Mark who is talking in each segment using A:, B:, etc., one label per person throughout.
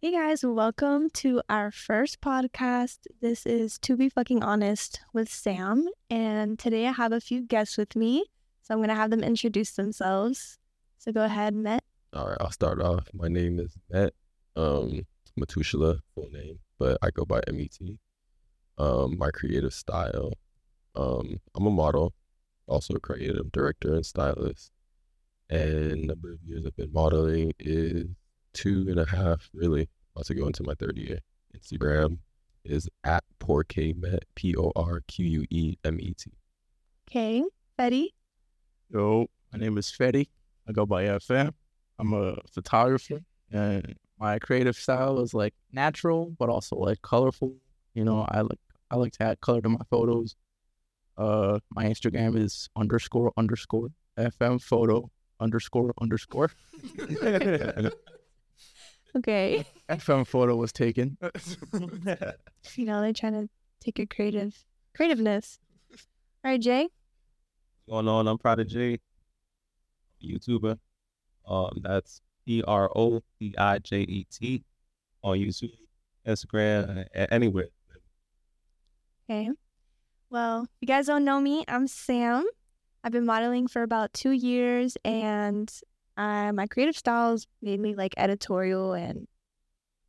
A: Hey guys, welcome to our first podcast. This is To Be Fucking Honest with Sam. And today I have a few guests with me. So I'm going to have them introduce themselves. So go ahead, Met.
B: All right, I'll start off. My name is Matt, um, Matushala, full name, but I go by MET. Um, my creative style, um, I'm a model, also a creative director and stylist. And number of years I've been modeling is two and a half, really. About to go into my third year. Instagram is at PorqueMet, P O R Q U E M E T.
A: Okay, Betty.
C: Yo, my name is Fetty. I go by FM. I'm a photographer, and my creative style is like natural, but also like colorful. You know, I like I like to add color to my photos. Uh, my Instagram is underscore underscore FM photo underscore underscore.
A: Okay.
C: FM photo was taken.
A: You know, they're trying to take your creative creativeness. All right, Jay.
D: going on? I'm Prodigy, YouTuber. Um, that's P R O D I J E T on YouTube, Instagram, a- anywhere.
A: Okay. Well, if you guys don't know me, I'm Sam. I've been modeling for about two years, and uh, my creative style is mainly like editorial and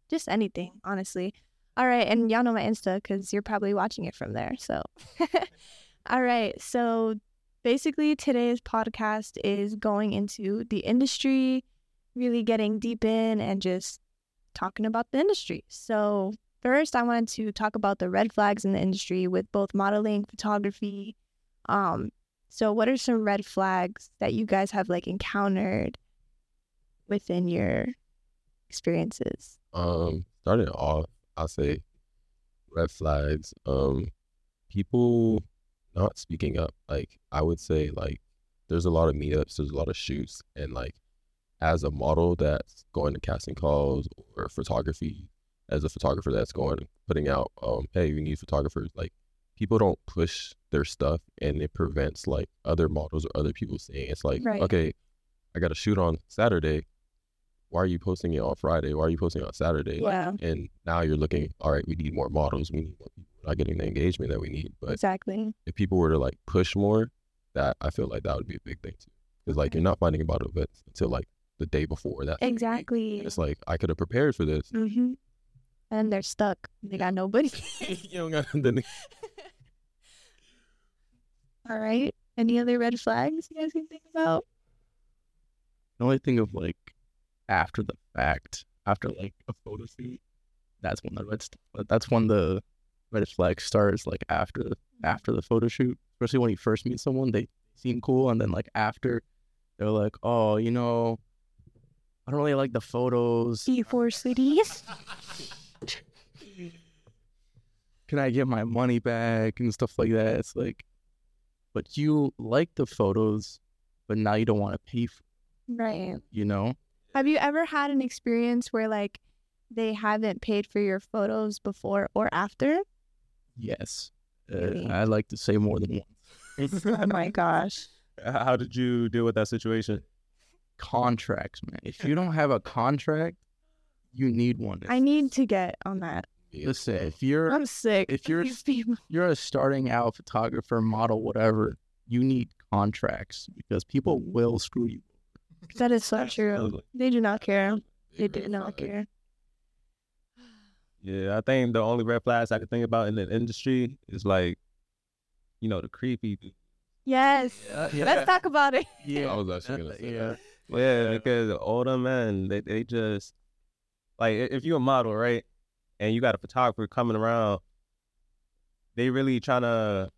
A: just anything, honestly. All right, and y'all know my Insta because you're probably watching it from there. So, all right. So, basically, today's podcast is going into the industry, really getting deep in and just talking about the industry. So, First, I wanted to talk about the red flags in the industry with both modeling, photography. Um, so, what are some red flags that you guys have like encountered within your experiences?
B: Um, starting off, I'll say red flags. Um, people not speaking up. Like I would say, like there's a lot of meetups, there's a lot of shoots, and like as a model that's going to casting calls or photography, as a photographer that's going putting out, um, hey, we need photographers. Like people don't push their stuff, and it prevents like other models or other people saying it's like,
A: Right.
B: okay, I got to shoot on Saturday. Why are you posting it on Friday? Why are you posting it on Saturday?
A: Yeah,
B: and now you're looking all right we need more models we need more people We're not getting the engagement that we need but
A: exactly.
B: if people were to like push more that i feel like that would be a big thing too because like you're not finding about events until like the day before that
A: Exactly.
B: it's like i could have prepared for this
A: hmm And they're stuck. They got nobody.
B: you don't got nothing.
A: All right. Any other red flags you guys can think about?
C: The only thing of like after the fact, after like a photo shoot, that's when the red st- that's when the red flag starts. Like after after the photo shoot, especially when you first meet someone, they seem cool, and then like after, they're like, oh, you know, I don't really like the photos.
A: Four cities.
C: Can I get my money back and stuff like that? It's like, but you like the photos, but now you don't want to pay for. it,
A: Right.
C: You know,
A: Have you ever had an experience where like they haven't paid for your photos before or after?
C: yes,
A: Really?
C: uh, I like to say more than once.
A: oh my gosh.
D: H- How did you deal with that situation?
C: contracts, man. If you don't have a contract, you need one.
A: I need to get on that.
C: listen. If you're
A: I'm sick.
C: if you're-
A: These people-
C: you're a starting out photographer, model, whatever, you need contracts because people will screw you.
A: that is so true.
D: Absolutely.
A: They do not care. They
B: Big
A: do
B: red
A: not
B: flag.
A: care.
D: Yeah, I think the only red flags I could think about in the industry is like, you know, the creepy. dude.
A: Yes. Let's talk about it.
B: i was actually gonna say
C: yeah.
B: that.
D: Yeah, because uh, older men, they, they just, like, i- if you're a model, right, and you got a photographer coming around, they really trying to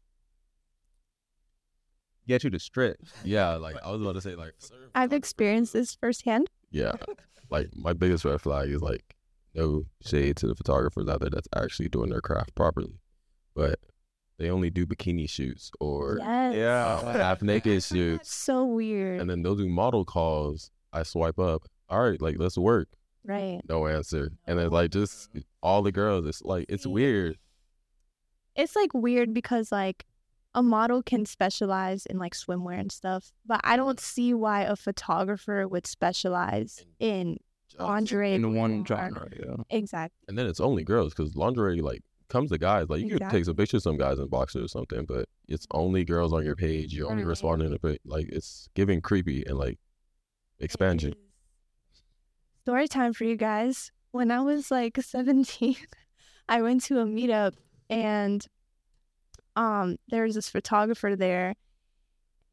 D: get you to strip.
B: yeah like i was about to say like sir,
A: I've experienced this firsthand.
B: yeah like my biggest red flag is like no shade to the photographers out there that's actually doing their craft properly but they only do bikini shoots or
A: Yes.
B: uh, half naked
A: That's
B: shoots
A: so weird.
B: And then they'll do model calls. I swipe up. All right, like let's work.
A: right.
B: No answer. And then like just all the girls. It's like it's
A: See?
B: weird.
A: It's like weird because like a model can specialize in like swimwear and stuff, but I don't see why a photographer would specialize in lingerie
C: in
A: we
C: one
A: are.
C: genre. Yeah.
A: Exactly.
B: And then it's only girls because lingerie like comes to guys. Like you could take some pictures of some guys in boxers or something, but it's only girls on your page. You're only
A: Right.
B: responding to pa- like it's giving creepy and like expansion.
A: Story time for you guys. When I was like 17, I went to a meetup and um there was this photographer there.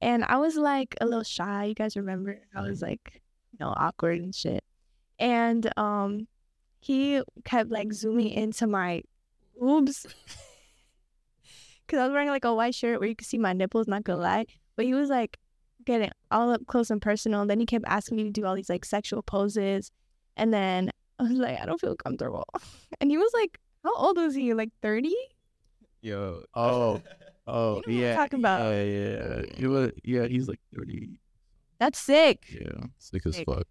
A: And I was like a little shy. You guys remember? I was like, you know, awkward and shit. And um he kept like zooming into my boobs. Cause I was wearing like a white shirt where you could see my nipples, not gonna lie. But he was like getting all up close and personal. Then he kept asking me to do all these like sexual poses. And then I was like, I don't feel comfortable. And he was like, How old was he? Like 30?
C: Yo. Oh.
A: You
C: Oh.
A: know what I'm
C: yeah.
A: talking about.
C: Oh, yeah. He was. Yeah. He's like thirty.
A: That's sick.
C: Yeah.
B: Sick as
A: Sick.
B: fuck.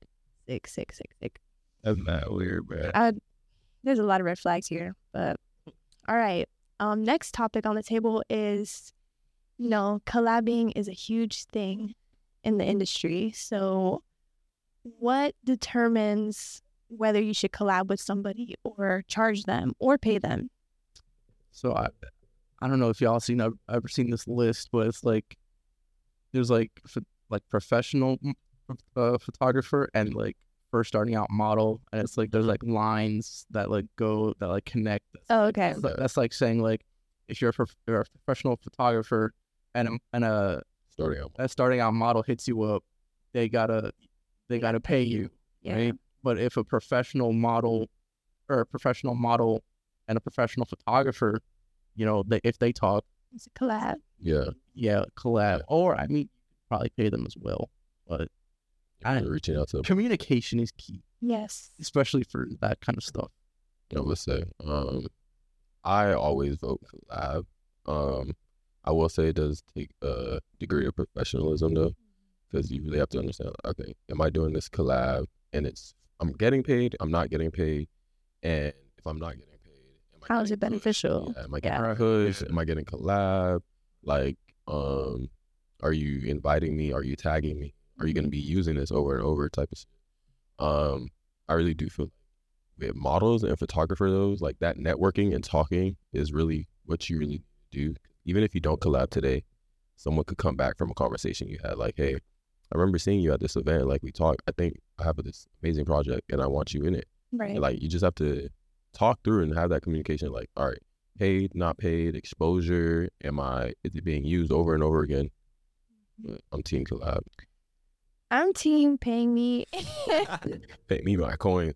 A: Sick, sick, sick, sick.
D: That's not weird, bro.
A: I, there's a lot of red flags here, but all right. Um, next topic on the table is, you know, collabing is a huge thing in the industry. So, what determines whether you should collab with somebody or charge them or pay them?
C: So I, I don't know if y'all seen I've ever seen this list, but it's like there's like ph- like professional m- uh, photographer and like first starting out model, and it's like there's like lines that like go that like connect.
A: Oh, okay.
C: That's like, that's like saying like if you're a, prof- you're a professional photographer and a, and a,
B: Starting out.
C: a starting out model hits you up, they gotta they gotta pay you
A: Yeah. Mm-hmm.
C: right? But if a professional model or a professional model and a professional photographer, you know, they, if they talk,
A: It's a collab.
B: Yeah.
C: yeah, collab. Or I mean, probably pay them as well. But I-
B: You're reaching out to the
C: communication is key,
A: Yes.
C: especially for that kind of stuff.
B: I would say. Um, I always vote collab. Um, I will say it does take a degree of professionalism though, because you really have to understand. Okay, am I doing this collab? And it's I'm getting paid. I'm not getting paid. And if I'm not getting paid, am I
A: How is
B: getting
A: it beneficial?
B: Pushed? Yeah, am I
A: Yeah.
B: getting pushed? Am I getting collab? Like, um, are you inviting me? Are you tagging me? Are you going to be using this over and over? Type of. Shit. Um, I really do feel with models and photographer those like that networking and talking is really what you really do even if you don't collab today someone could come back from a conversation you had like hey i remember seeing you at this event like we talked i think i have this amazing project and i want you in it
A: Right.
B: and, like you just have to talk through and have that communication like all right paid not paid exposure am i is it being used over and over again But i'm team collab
A: I'm team paying me.
B: pay me my coin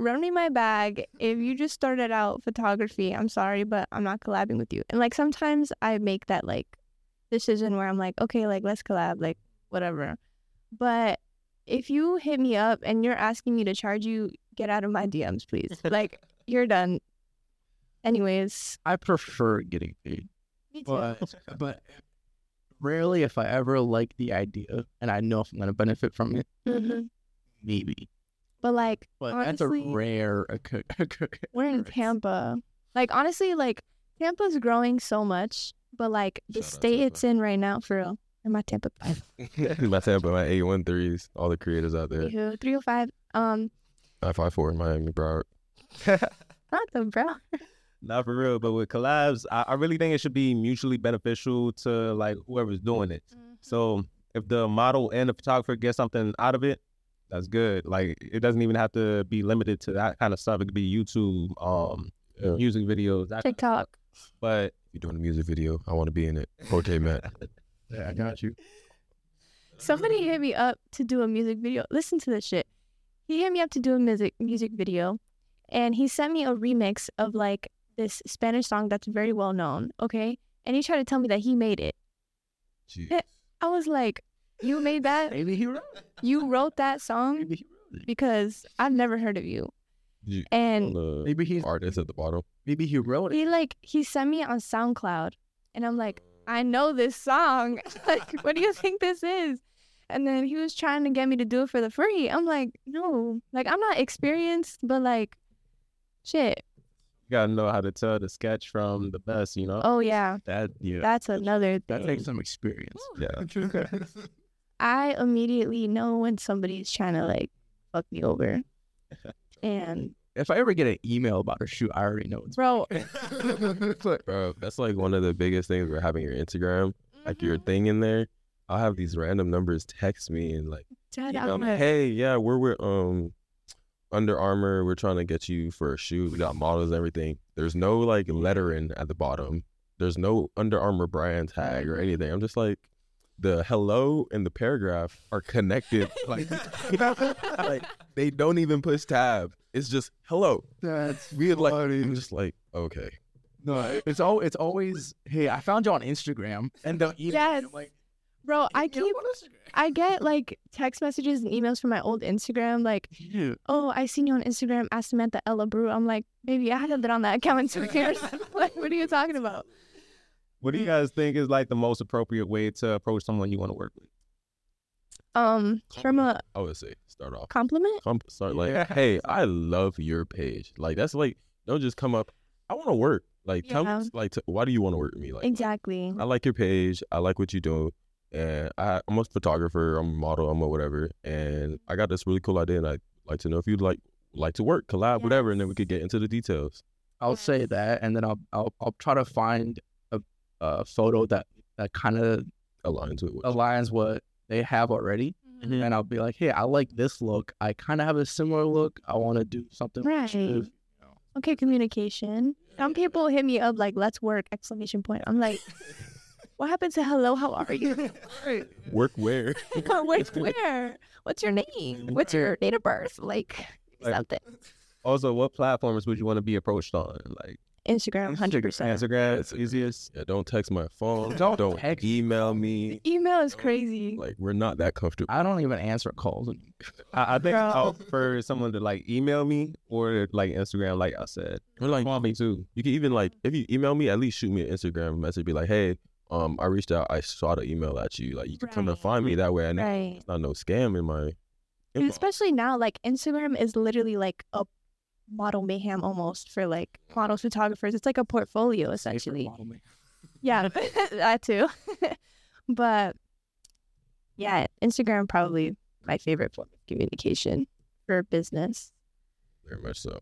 A: Run me my bag. If you just started out photography, I'm sorry, but I'm not collabing with you. And like sometimes I make that like decision where I'm like, okay, like let's collab, like whatever. But if you hit me up and you're asking me to charge you, get out of my DMs, please. Like you're done. Anyways,
C: I prefer getting paid,
A: me too.
C: but but rarely, if I ever like the idea and I know if I'm gonna benefit from it,
A: Mhm.
C: maybe.
A: But like
C: But that's
A: Honestly-
C: a rare. occu- occurrence.
A: We're in Tampa. Like honestly, like Tampa's growing so much, but like the
B: Shout out
A: state
B: Tampa.
A: it's in right now for real. And my Tampa
B: my tampa my 813s all the creators out there
A: three oh five. Um
B: I five four Miami Broward.
A: not the bro.
D: Not for real, but with collabs, I, I really think it should be mutually beneficial to like whoever's doing it. So if the model and the photographer get something out of it, that's good. Like it doesn't even have to be limited to that kind of stuff. It could be YouTube, um,
B: Yeah.
D: music videos, that
A: TikTok.
D: But
B: You're doing a music video. I want to be in it. Forte Matt.
C: Yeah, I got you.
A: Somebody hit me up to do a music video. Listen to this shit. He hit me up to do a music music video, and he sent me a remix of like this Spanish song that's very well known. Okay, and he tried to tell me that he made it.
B: Jeez.
A: I was like, "You made that?
C: Maybe he wrote. it.
A: You wrote that song?"
C: Maybe he wrote it.
A: because I've never heard of you.
B: You-
A: And
B: The
C: Maybe he's
B: artist at the bottom.
C: Maybe he wrote it.
A: he like he sent me on SoundCloud, and I'm like, I know this song. like, what do you think this is? And then he was trying to get me to do it for the free. I'm like, no, like I'm not experienced, but like, shit.
D: you gotta know how to tell the sketch from the best, you know.
A: Oh yeah,
C: That yeah.
A: that's another
C: That
A: thing.
C: takes some experience.
D: Yeah.
A: I immediately know when somebody's trying to like fuck me over. And
C: If I ever get an email about a shoot, I already know it's
A: bro,
B: Bro, that's like one of the biggest things for having your Instagram, like
C: Mm-hmm.
A: mm-hmm,
B: your thing in there. I'll have these random numbers text me and like,
A: dead
B: you know,
A: on.
B: Um, hey, yeah, we're with um Under Armour. We're trying to get you for a shoot. We got models and everything. There's no like lettering at the bottom. There's no Under Armour brand tag or anything. I'm just like, the hello and the paragraph are connected. like, like they don't even push tab. It's just hello.
C: that's
B: We had like, I'm just like, okay.
C: no. It's all it's always hey, I found you on Instagram and they'll email.
A: Yes.
C: me. I'm like,
A: Bro, I
C: "Hit me up
A: keep
C: on Instagram."
A: I get like text messages and emails from my old Instagram like,
C: Dude,
A: "Oh, I seen you on Instagram at Samantha Ella Brew." I'm like, "Baby, I haven't been on that account in two years. like, what are you talking about?"
D: What do you guys think is like the most appropriate way to approach someone you want to work with?
A: Um, from a
B: I would say start off.
A: compliment?
B: Come start like,
C: Yeah.
B: hey, I love your page. Like that's like, don't just come up. I want to work. Like, tell
A: Yeah.
B: me, like, t- why do you want to work with me? Like,
A: Exactly.
B: I like your page. I like what you do. And I, I'm a photographer. I'm a model. I'm a whatever. And I got this really cool idea, and I'd like to know if you'd like like to work, collab, whatever, and then we could get into the details.
C: I'll say that, and then I'll I'll, I'll try to find a, a photo that that kind of
B: Aligns with what
C: aligns what they have already, and I'll be like, hey, I like this look. I kind of have a similar look. I want to do something.
A: Right.
C: creative."
A: Okay, communication. Some people hit me up like, "Let's work!" Exclamation point. I'm like, "What happened to hello? How are you?
B: work where.
A: Where? Where? What's your name? What's your date of birth? Like
D: Like-
A: something."
D: Also, what platforms would you want to be approached on? Like
A: Instagram, hundred percent.
D: Instagram,
B: That's
D: it's
B: it.
D: easiest.
B: yeah, don't text my phone.
C: Don't
B: Don't,
C: text.
B: email me.
A: Email is crazy.
B: Like we're not that comfortable.
C: I don't even answer calls.
D: I, I think I'll prefer someone to like email me or like Instagram, like I said.
B: We're like,
D: Call me too.
B: You can even like if you email me, at least shoot me an Instagram message. Be like, hey, um, I reached out. I shot an email at you. Like you can come and
A: Right.
B: find me that way. I know
A: Right.
B: it's not no scam in my.
A: And
B: inbox.
A: especially now, like Instagram is literally like a model mayhem almost for like model photographers. It's like a portfolio essentially. Yeah, that too. but yeah, Instagram probably my favorite form of communication for business.
B: very much so.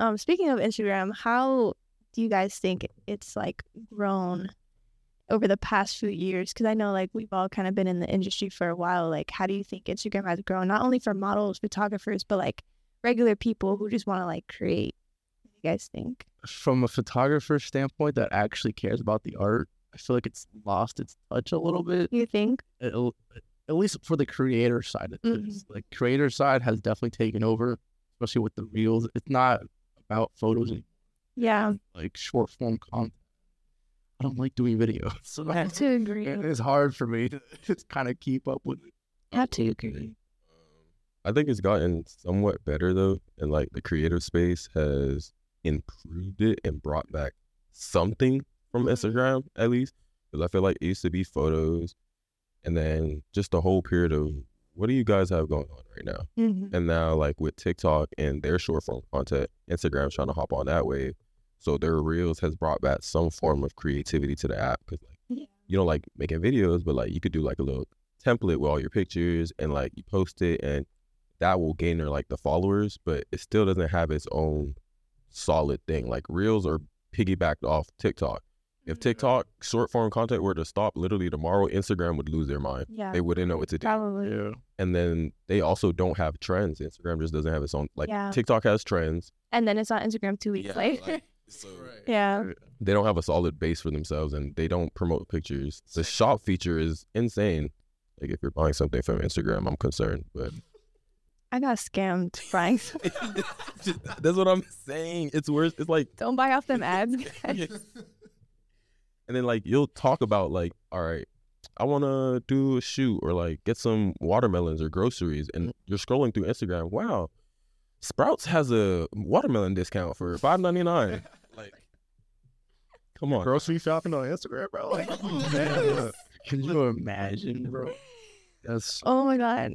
A: Um, speaking of Instagram, how do you guys think it's like grown over the past few years? Because I know like we've all kind of been in the industry for a while. Like, how do you think Instagram has grown, not only for models, photographers, but like regular people who just want to like create? What do you guys think?
C: From a photographer standpoint that actually cares about the art, I feel like it's lost its touch a little bit.
A: You think?
C: At, at least for the creator side of things. Like creator side has definitely taken over, especially with the reels. It's not about photos and
A: Yeah,
C: like short form content. I don't like doing videos. So
A: have to agree.
C: it's hard for me to just kind of keep up with it.
A: Have to agree.
B: I think it's gotten somewhat better though, and like the creative space has improved it and brought back something from
A: Mhm.
B: Instagram at least. Because I feel like it used to be photos, and then just the whole period of what do you guys have going on right now?
A: Mhm.
B: And now, like with TikTok and their short form content, Instagram's trying to hop on that wave. So their reels has brought back some form of creativity to the app because like
A: Yeah.
B: you don't like making videos, but like you could do like a little template with all your pictures and like you post it, and that will gain her like the followers, but it still doesn't have its own solid thing. Like reels are piggybacked off TikTok. If TikTok short form content were to stop literally tomorrow, Instagram would lose their mind.
A: Yeah,
B: They wouldn't know what to do
A: probably.
C: Yeah.
B: and then they also don't have trends. Instagram just doesn't have its own like
A: Yeah.
B: TikTok has trends.
A: And then it's on Instagram two weeks
B: Yeah,
A: later.
B: like- So
A: yeah.
B: they don't have a solid base for themselves and they don't promote pictures. The shop feature is insane. Like if you're buying something from Instagram, I'm concerned, but
A: I got scammed, Frank.
B: that's what I'm saying. It's worse. It's like
A: Don't buy off them ads. guys.
B: and then like you'll talk about like, all right, I want to do a shoot or like get some watermelons or groceries, and you're scrolling through Instagram. Wow, Sprouts has a watermelon discount for five ninety nine. like, come on,
C: Grocery shopping on Instagram, bro. Like, can you imagine, bro? That's
A: Oh my god.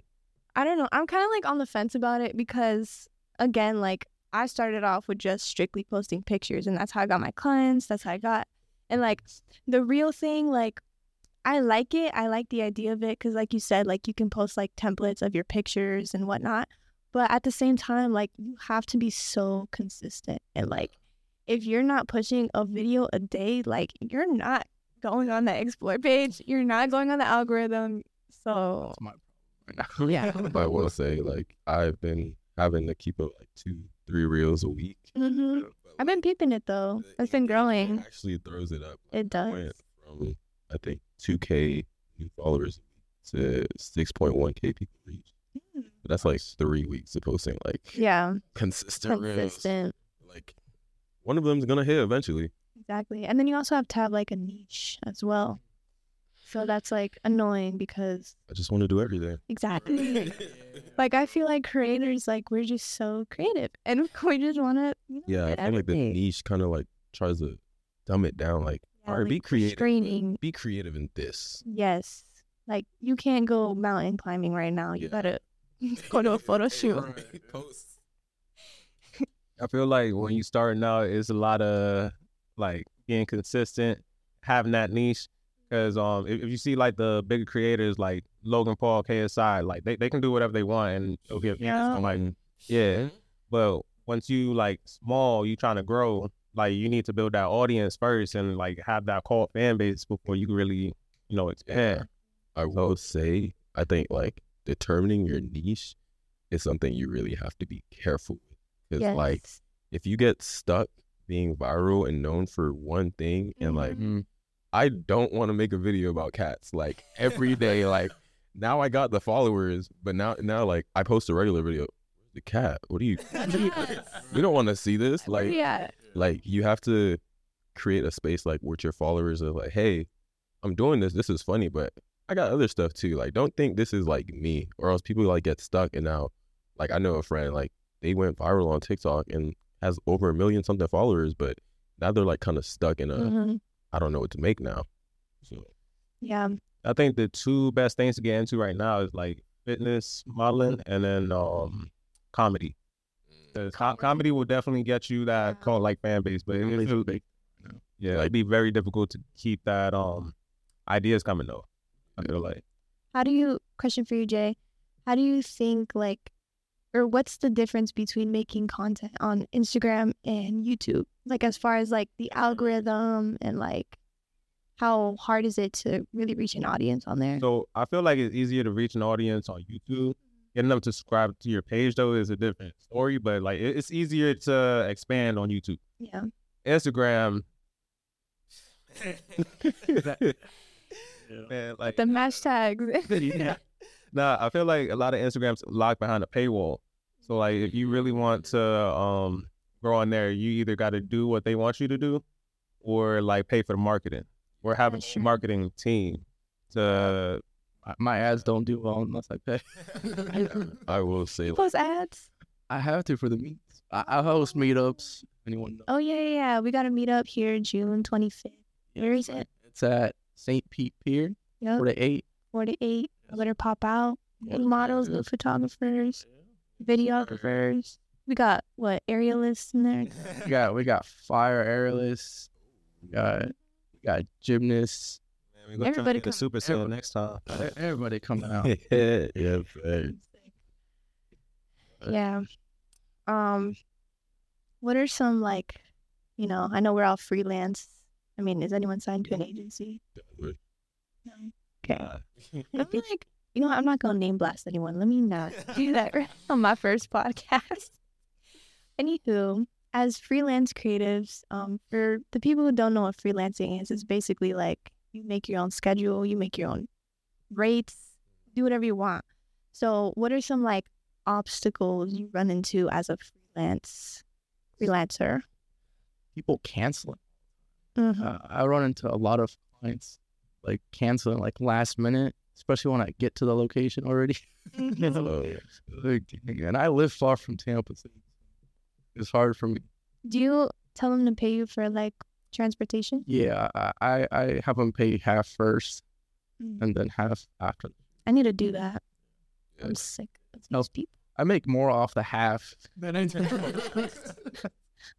A: I don't know. I'm kind of like on the fence about it because again, like I started off with just strictly posting pictures and that's how I got my clients, that's how I got. And like the real thing like I like it. I like the idea of it cuz like you said like you can post like templates of your pictures and whatnot. But at the same time, like you have to be so consistent. And like if you're not pushing a video a day, like you're not going on the explore page. You're not going on the algorithm. So
C: That's my
E: Yeah.
B: But I will say, like, I've been having to keep up like two, three reels a week. Mm-hmm.
A: hmm I've been peeping it though. It's been growing.
B: Actually, throws it up.
A: It does.
B: Went from I think 2k new followers to 6.1k people reach.
A: Mm.
B: But that's like three weeks of posting like
A: Yeah,
B: consistent, reels.
A: consistent.
B: Like one of them's gonna hit eventually.
A: Exactly. And then you also have to have like a niche as well. So that's like annoying because
B: I just want to do everything.
A: exactly. like I feel like creators like we're just so creative and we just want to you know,
B: Yeah, I
A: get
B: feel like the
E: everything.
B: niche kind of like tries to dumb it down. Like,
A: Yeah,
B: all right, be
A: like,
B: creative. but
A: restraining.
B: Be creative in this.
A: Yes. Like you can't go mountain climbing right now. You
B: Yeah.
A: gotta go to a photo shoot.
B: Post.
D: I feel like when you starting out, it's a lot of like being consistent, having that niche. Because um, if, if you see like the bigger creators like Logan Paul, KSI, like they, they can do whatever they want and it'll get views.
A: Yeah.
D: I'm like, yeah. But once you like small, you trying to grow, like you need to build that audience first and like have that cult fan base before you can really, you know, expand.
B: I will say, I think like determining your niche is something you really have to be careful with. Because
A: Yes.
B: like if you get stuck being viral and known for one thing and
A: Mm-hmm.
B: like
C: Mhm.
B: I don't want to make a video about cats like every day like now I got the followers but now now like I post a regular video the cat what do you we don't want to see this like
A: Mm-hmm. yeah.
B: like you have to create a space like with your followers of like hey i'm doing this this is funny but i got other stuff too like don't think this is like me or else people like get stuck and now like i know a friend like they went viral on tiktok and has over a million something followers but now they're like kind of stuck in a
A: Mhm.
B: i don't know what to make now so
A: Yeah.
D: I think the two best things to get into right now is like fitness modeling and then um comedy. The co- Mm, comedy will definitely get you that
A: Yeah.
D: cult like fan base, but it,
C: Comedy's
D: it'll-
C: big.
D: yeah, it'd be very difficult to keep that um ideas coming though. I feel like
A: How do you question for you, Jay? How do you think like or what's the difference between making content on Instagram and YouTube? Like as far as like the algorithm and like how hard is it to really reach an audience on there?
D: so. I feel like it's easier to reach an audience on YouTube. Getting them to subscribe to your page though is a different story, but like it, it's easier to expand on YouTube.
A: yeah.
D: Instagram, man, like
A: The hashtags.
C: yeah.
D: Nah, I feel like a lot of Instagrams locked behind a paywall. So like if you really want to um grow on there, you either gotta do what they want you to do or like pay for the marketing or have a
A: That's true.
D: marketing team to
C: My- My ads don't do well unless I pay.
B: i will say like,
A: Post ads.
C: I have to for the meets. I, I host meetups. Anyone? Know?
A: Oh yeah, yeah, yeah. We got a meetup here June twenty fifth. Where is it?
C: It's at St. Pete Pier,
A: Yep.
C: four to eight.
A: Four to eight. I better pop out. Good models, good photographers, videographers. We got what aerialists in there.
C: We got we got fire aerialists. We got we got gymnasts.
D: Man, we gonna try to
A: Everybody
D: get the
A: come.
D: super sale next time.
C: E- Everybody coming out.
B: yeah, yeah, right.
A: Yeah. Um, what are some like, you know? I know we're all freelance. I mean, is anyone signed to an agency? No. Okay. I'm like, you know, what, I'm not gonna name blast anyone. Let me not do that right on my first podcast. Anywho, as freelance creatives, um, for the people who don't know what freelancing is, it's basically like you make your own schedule, you make your own rates, do whatever you want. So, what are some like obstacles you run into as a freelance freelancer?
C: People canceling.
A: Mhm.
C: Uh, I run into a lot of clients like canceling like last minute, especially when I get to the location already.
B: So,
C: Like, and I live far from Tampa, so it's hard for me.
A: Do you tell them to pay you for like transportation?
C: Yeah, I I, I have them pay half first
A: Mm.
C: and then half after.
A: I need to do that.
B: Yeah.
A: I'm sick of these
C: No.
A: people.
C: I make more off the half than I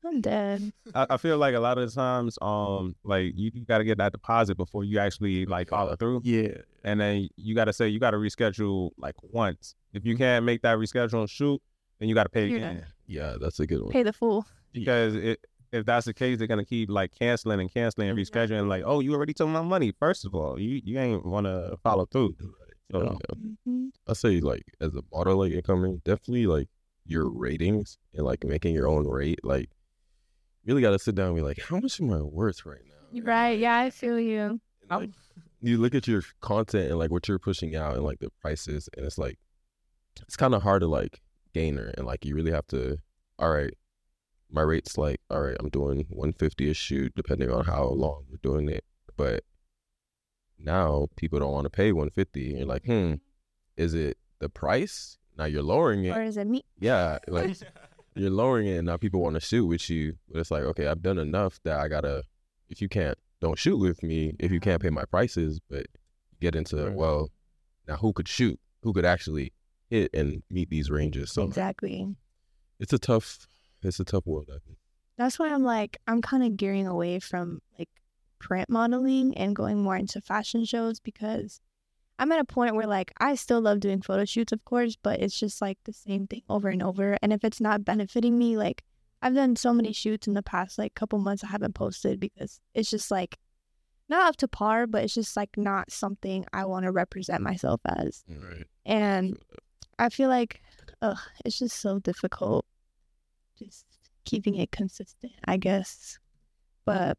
A: I'm dead.
D: I, I feel like a lot of the times, um, like you do gotta get that deposit before you actually like follow through.
C: yeah,
D: And then you gotta say you gotta reschedule like once. If you can't make that reschedule shoot, then you got to pay
A: You're
D: again.
B: Yeah, that's a good one.
A: Pay the fool.
D: Because it, if that's the case, they're gonna keep like canceling and canceling and
A: Yeah.
D: rescheduling. Like, oh, you already took my money. First of all, you you ain't wanna follow through. So,
B: Yeah.
A: Mhm.
B: I say like as a model like incoming, definitely like your ratings and like making your own rate. Like really gotta sit down and be like, how much am I worth right now?
A: You're
B: And,
A: Right.
B: like-
A: Yeah, I feel you.
B: and, like, you look at your content and like what you're pushing out and like the prices and it's like it's kind of hard to like gainer and like you really have to all right my rate's like all right i'm doing 150 a shoot depending on how long we're doing it but now people don't want to pay 150 and you're like hmm is it the price now you're lowering it
A: Or is it me?
B: yeah like you're lowering it and now people want to shoot with you but it's like okay i've done enough that i gotta if you can't don't shoot with me if you can't pay my prices but get into
C: Right.
B: well now who could shoot who could actually hit and meet these ranges so
A: Exactly.
B: it's a tough it's a tough world I think.
A: That's why I'm like I'm kind of gearing away from like print modeling and going more into fashion shows because I'm at a point where like I still love doing photo shoots of course, but it's just like the same thing over and over and if it's not benefiting me like I've done so many shoots in the past like couple months I haven't posted because it's just like not up to par, but it's just like not something I want to represent myself as.
B: right
A: And I feel like, ugh, it's just so difficult just keeping it consistent, I guess. But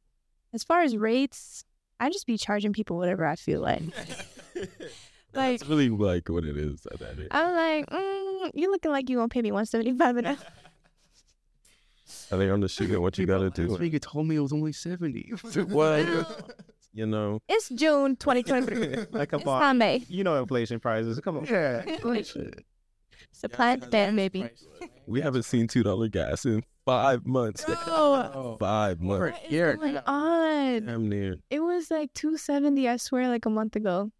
A: as far as rates, I just be charging people whatever I feel like. Like,
B: it's really like what it is at that age.
A: I'm like, mm, you looking like you won't pay me 175 an hour.
B: i think on the shoot what you gotta do
C: You told me it was only seventy.
B: What? you know
A: It's June 2023.
D: like, come
A: It's
D: on,
A: not May.
D: you know inflation prices. Come on.
C: Yeah.
A: Supply and demand, maybe.
B: we haven't seen two dollar gas in five months
A: Oh,
B: five months
A: what
C: Here.
A: is going on?
B: damn near
A: Oh It was like 270, I swear, like a month ago.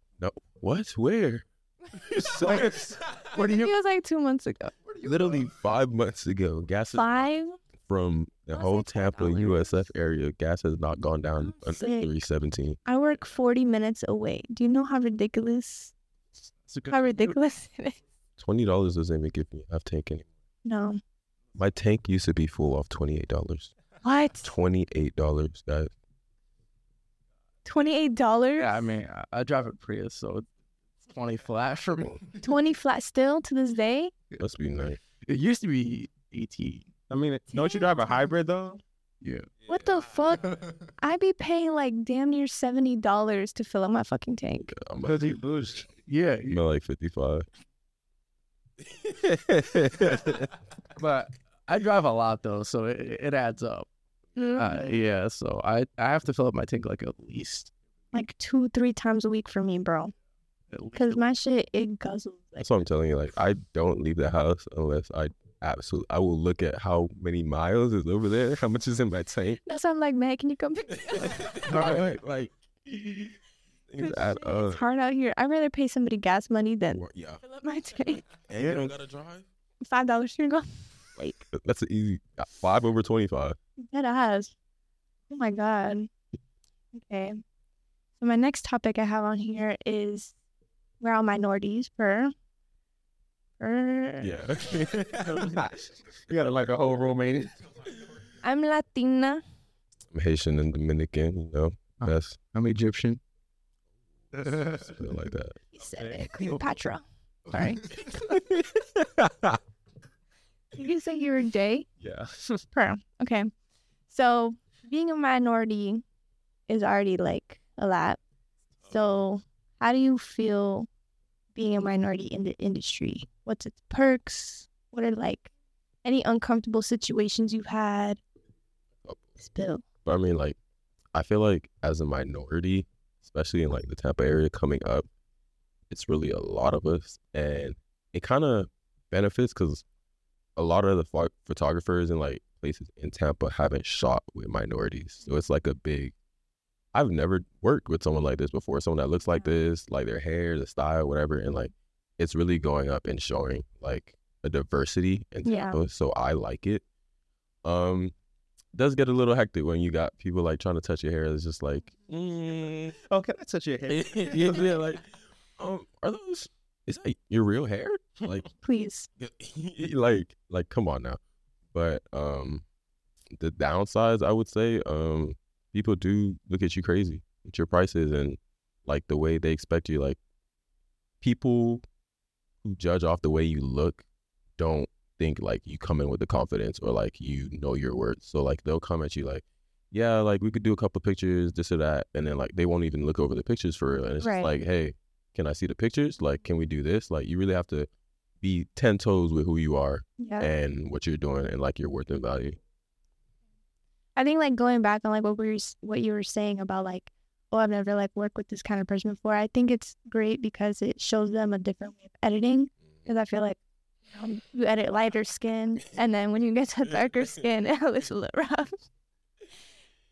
B: What? Where?
C: Where do
A: It
C: you?
A: was like two months ago.
B: Literally five months ago, gas has-
A: Five?
B: from the
A: I'll
B: whole
A: say
B: Tampa
A: $4.
B: USF area, gas has not gone down
A: I'm
B: under
A: sick.
B: three seventeen.
A: I work 40 minutes away. Do you know how ridiculous,
C: So good.
A: how ridiculous it is?
B: Twenty dollars doesn't even give me half tank anymore.
A: No.
B: My tank used to be full off twenty eight dollars.
A: What?
B: Twenty eight dollars, guys.
A: $28?
C: Yeah, I mean, I, I drive a Prius, so it's twenty flat for me.
A: 20 flat still to this day?
B: Must be nice.
C: It used to be E eighteen.
D: I mean, don't you drive a hybrid though?
C: Yeah.
A: What the fuck? I be paying like damn near $70 to fill up my fucking tank.
B: I'm like,
C: Cause he boost. Yeah,
B: I'm at like fifty five.
C: but I drive a lot though, so it, it adds up. Uh,
A: Mm-hmm.
C: yeah, so I I have to fill up my tank like at least.
A: like two, three times a week for me, bro.
C: At least
A: Because my shit, it guzzles. Like,
B: That's what I'm telling you. Like I don't leave the house unless I absolutely I will look at how many miles is over there, how much is in my tank.
A: that's why I'm like, man, can you come?
B: Alright, like things add up.
A: It's hard out here. I'd rather pay somebody gas money than
B: Wha- Yeah.
A: fill up my tank.
B: And you don't gotta drive.
A: $5 to go.
B: That's an easy uh, five over twenty five.
A: That ass. Oh my god. Okay. So my next topic I have on here is where all minorities per per
B: Yeah.
D: You got like a whole Romanian.
A: I'm Latina.
B: I'm Haitian and Dominican, you know.
C: Uh,
B: That's
C: I'm Egyptian.
B: feel like that.
A: He said it. Cleopatra. Sorry. Did you say you were gay?
B: Yeah.
A: Per. Okay. So being a minority is already like a lot. So how do you feel being a minority in the industry? What's its perks? What are like any uncomfortable situations you've had? Spill.
B: But I mean like I feel like as a minority, especially in like the Tampa area coming up, it's really a lot of us and it kind of benefits because a lot of the pho- photographers in like places in Tampa haven't shot with minorities. So it's like a big, I've never worked with someone like this before. Someone that looks like this, like their hair, the style, whatever. And like, it's really going up and showing like a diversity in
A: Yeah.
B: Tampa. So I like it. Um, it does get a little hectic when you got people like trying to touch your hair. It's just like, mm,
D: Oh, can I touch your hair?
B: yeah, yeah, like, um, are those? Is that your real hair? Like
A: Please.
B: like like come on now but um the downsides i would say um people do look at you crazy with your prices and like the way they expect you like people who judge off the way you look don't think like you come in with the confidence or like you know your worth so like they'll come at you like yeah like we could do a couple pictures this or that and then like they won't even look over the pictures for real and it's
A: Right.
B: just like hey can i see the pictures like can we do this like you really have to be 10 toes with who you are
C: Uh,
A: Yeah.
B: and what you're doing and like your worth and value.
A: I think like going back on like what we were, s- what you were saying about like oh I've never like worked with this kind of person before. I think it's great because it shows them a different way of editing because I feel like you, know, you edit lighter skin and then when you get to darker skin it looks a little rough.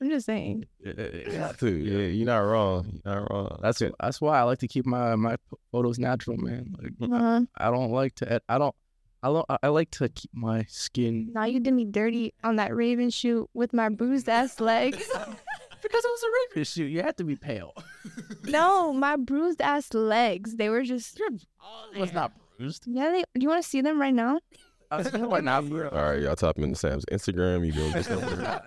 A: I'm just saying.
C: Yeah.
D: Yeah, you're not wrong. You're not
B: uh,
D: wrong.
C: That's that's why I like to keep my my photos natural, man. Like
A: Uh,
C: I don't like to ed- I don't I don't I like to keep my skin
A: now you did me dirty on that Raven shoot with my bruised ass leg.
C: because it was a rapish shoot. You had to be pale.
A: no, my bruised ass legs. They were just
C: It was not bruised.
A: yeah. They, do you want to see them right now?
C: I was, they were not bruised.
B: All right, y'all type in Sam's Instagram. You go just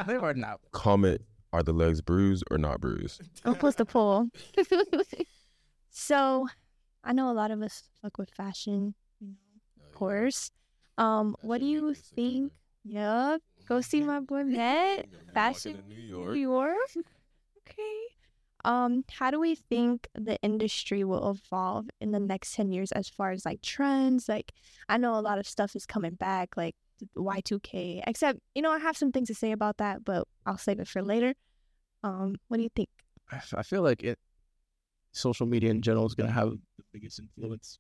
C: they were not.
B: comment are the legs bruised or not bruised?
A: I'll post a poll. so, I know a lot of us fuck with fashion, you know, of course. Um, what do you think? Yup. Go see my boy Matt. Fashion
B: New
A: New York. Okay. Um, how do we think the industry will evolve in the next 10 years as far as like trends? Like, I know a lot of stuff is coming back, like Y2K, except, you know, I have some things to say about that, but I'll save it for later. Um, what do you think?
C: I f- I feel like it. Social media in general is gonna have the biggest influence.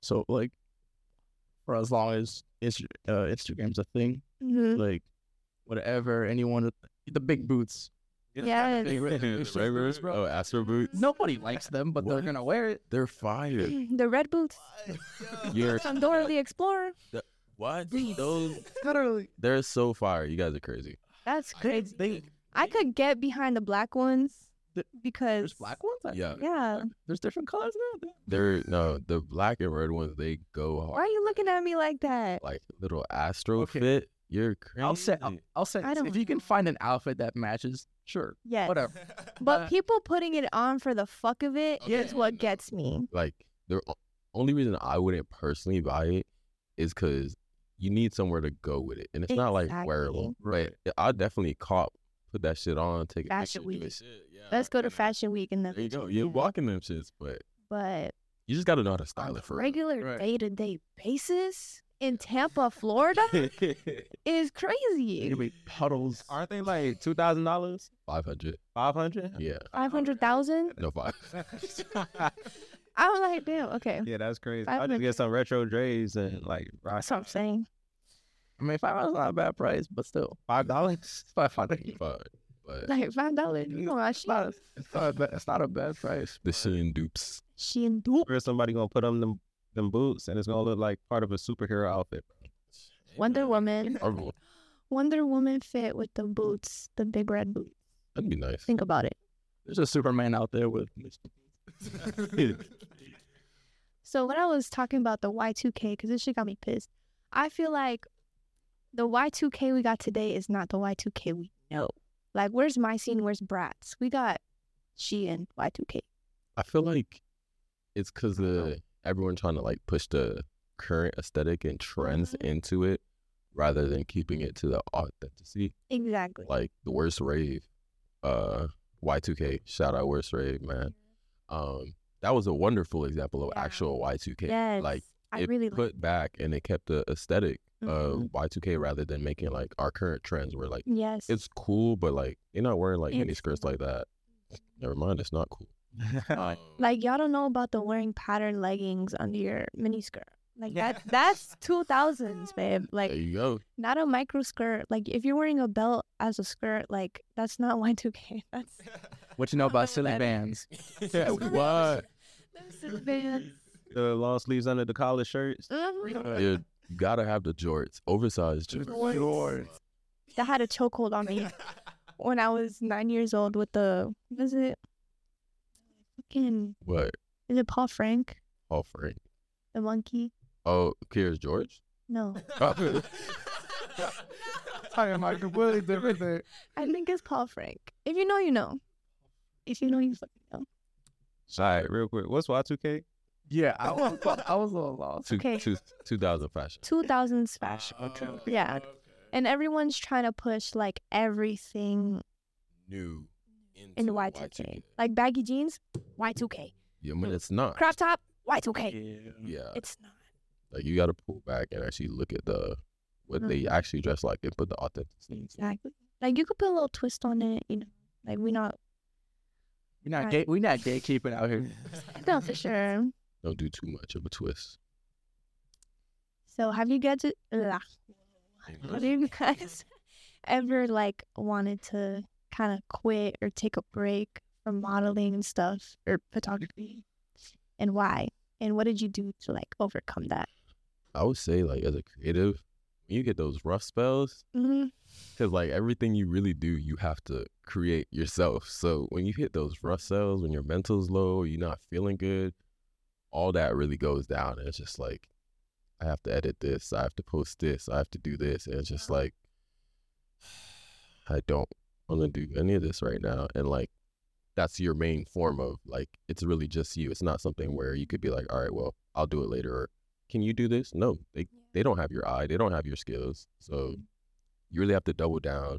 C: So like, for as long as Inst- uh, Instagram's a thing,
A: Mm-hmm.
C: like whatever anyone the big boots
A: Yes.
C: They were- they were so bruised, bro.
B: Oh, Astro boots.
C: nobody likes them but they're
B: What?
C: gonna wear it
B: They're fired.
A: The red boots
B: You're
A: from Dora the Explorer.
B: what? Those
C: literally
B: they're so fire. You guys are crazy.
A: That's crazy.
C: they
A: I could get behind the black ones
C: The-
A: because
C: there's black ones I-
B: Yeah.
A: Yeah.
C: there's different colors now
B: They're no the black and red ones. They go hard.
A: Why are you looking at me like that?
B: like little Astro
C: Okay.
B: fit? You're crazy.
C: i'll say i'll, I'll say
A: I
C: this,
A: don't
C: if you can find an outfit that matches sure
A: Yes.
C: whatever
A: But
C: Uh,
A: people putting it on for the fuck of it is
B: Okay,
A: what
B: no.
A: gets me.
B: like the o- only reason I wouldn't personally buy it is because you need somewhere to go with it, and it's not like wearable. Right? I definitely cop, put that shit on, take a
A: Fashion
B: picture, do
A: Week.
B: it. Shit, yeah,
A: Let's go to
B: and then-
A: Fashion Week and then
B: There you go. You're walking them shits, but
A: But
B: you just gotta know how to
A: on
B: style
A: a
B: it for real.
A: regular
C: Right.
A: day to day basis in Tampa, Florida is crazy.
C: it'll be puddles
D: Aren't they like two thousand dollars,
B: Five hundred.
D: five hundred?
B: Yeah.
A: Five hundred thousand.
B: No five.
A: I'm like, damn. Okay,
D: Yeah, that's crazy. I just
A: 500.
D: get some retro Dre's and like rock
A: that's what I'm saying.
C: i mean five dollars is not a bad price but still
D: five dollars.
C: five hundred
B: five. But
A: Like five dollars. Come on,
C: it's
A: she,
C: not, a, it's, not a bad, it's not a bad price
B: the Shein dupes.
A: she and Duke.
D: Where somebody gonna put on them them boots and it's gonna look like part of a superhero outfit.
A: Wonder Woman.
B: Horrible.
A: Wonder Woman fit with the boots, the big red boots.
B: That'd be nice.
A: Think about it.
C: there's a superman out there with
A: So when I was talking about the Y2K, because this shit got me pissed. I feel like the Y2K we got today is not the Y2K we know. Like, where's my
B: Mm.
A: scene? Where's Bratz? We got she and Y2K.
B: I feel like it's because
A: Uh-huh.
B: the everyone trying to like push the current aesthetic and trends
A: Mhm.
B: into it rather than keeping it to the authenticity.
A: Exactly.
B: Like the worst rave, uh, Y2K. Shout out worst rave, man. Um, that was a wonderful example of
A: Yeah.
B: actual Y2K.
A: yes.
B: Like
A: I
B: it
A: really like.
B: put back and it kept the aesthetic
A: Mhm.
B: of Y2K rather than making like our current trends where like
A: Yes.
B: it's cool, but like they're not wearing like mini
A: It's- Mm-hmm.
B: skirts like that. Never mind, it's not cool. Um,
A: like y'all don't know about the wearing pattern leggings under your miniskirt. Like that. That's two thousands, babe. Like
B: there you go.
A: not a micro skirt. Like if you're wearing a belt as a skirt, like that's not Y2K. That's
C: what you know about
A: Oh,
C: silly
A: that-
C: bands
B: Yeah, what?
D: The long sleeves under the collar shirts.
A: Mhm.
B: You gotta have the jorts, oversized jorts.
C: Jorts.
A: that had a chokehold on me when I was nine years old with the was it fucking
B: But
A: is it Paul Frank
B: offering
A: the monkey
B: Oh, Kira's George.
A: No,
B: Oh.
C: I am I completely different thing.
A: I think it's Paul Frank. If you know, you know. If you know, you fucking know.
D: All right, real quick. What's Y2K?
C: Yeah, I was, I was a little lost.
B: Two,
A: Okay.
B: two, 2000 fashion.
A: 2000s fashion.
C: Ah, Okay.
A: Yeah.
C: okay.
A: And everyone's trying to push like everything
B: New.
A: in the Y2K. Like baggy jeans, Y2K.
B: Yeah, I mean, it's not.
A: Crop top, Y2K.
C: Yeah.
B: Yeah.
A: It's not.
B: Like, you got to pull back and actually look at the what
A: Mhm.
B: they actually dress like and put the authenticity. into it.
A: Exactly. Like you could put a little twist on it, you know. Like we not
C: We're not
A: Right.
C: gate. We're not gatekeeping out here.
A: no for sure.
B: Don't do too much of a twist.
A: So have you guys blah. have you guys ever like wanted to kind of quit or take a break from modeling and stuff or photography? And why? And what did you do to like overcome that?
B: I would say, like, as a creative, when you get those rough spells,
A: Mm-hmm.
B: Because like everything you really do, you have to create yourself. So when you hit those rough cells, when your mental's low, you're not feeling good, all that really goes down. And it's just like, I have to edit this, I have to post this, I have to do this. And it's just like, I don't want to do any of this right now. And like, that's your main form of like, it's really just you. It's not something where you could be like, all right, well, I'll do it later. Or can you do this? No, they, they don't have your eye, they don't have your skills. So you really have to double down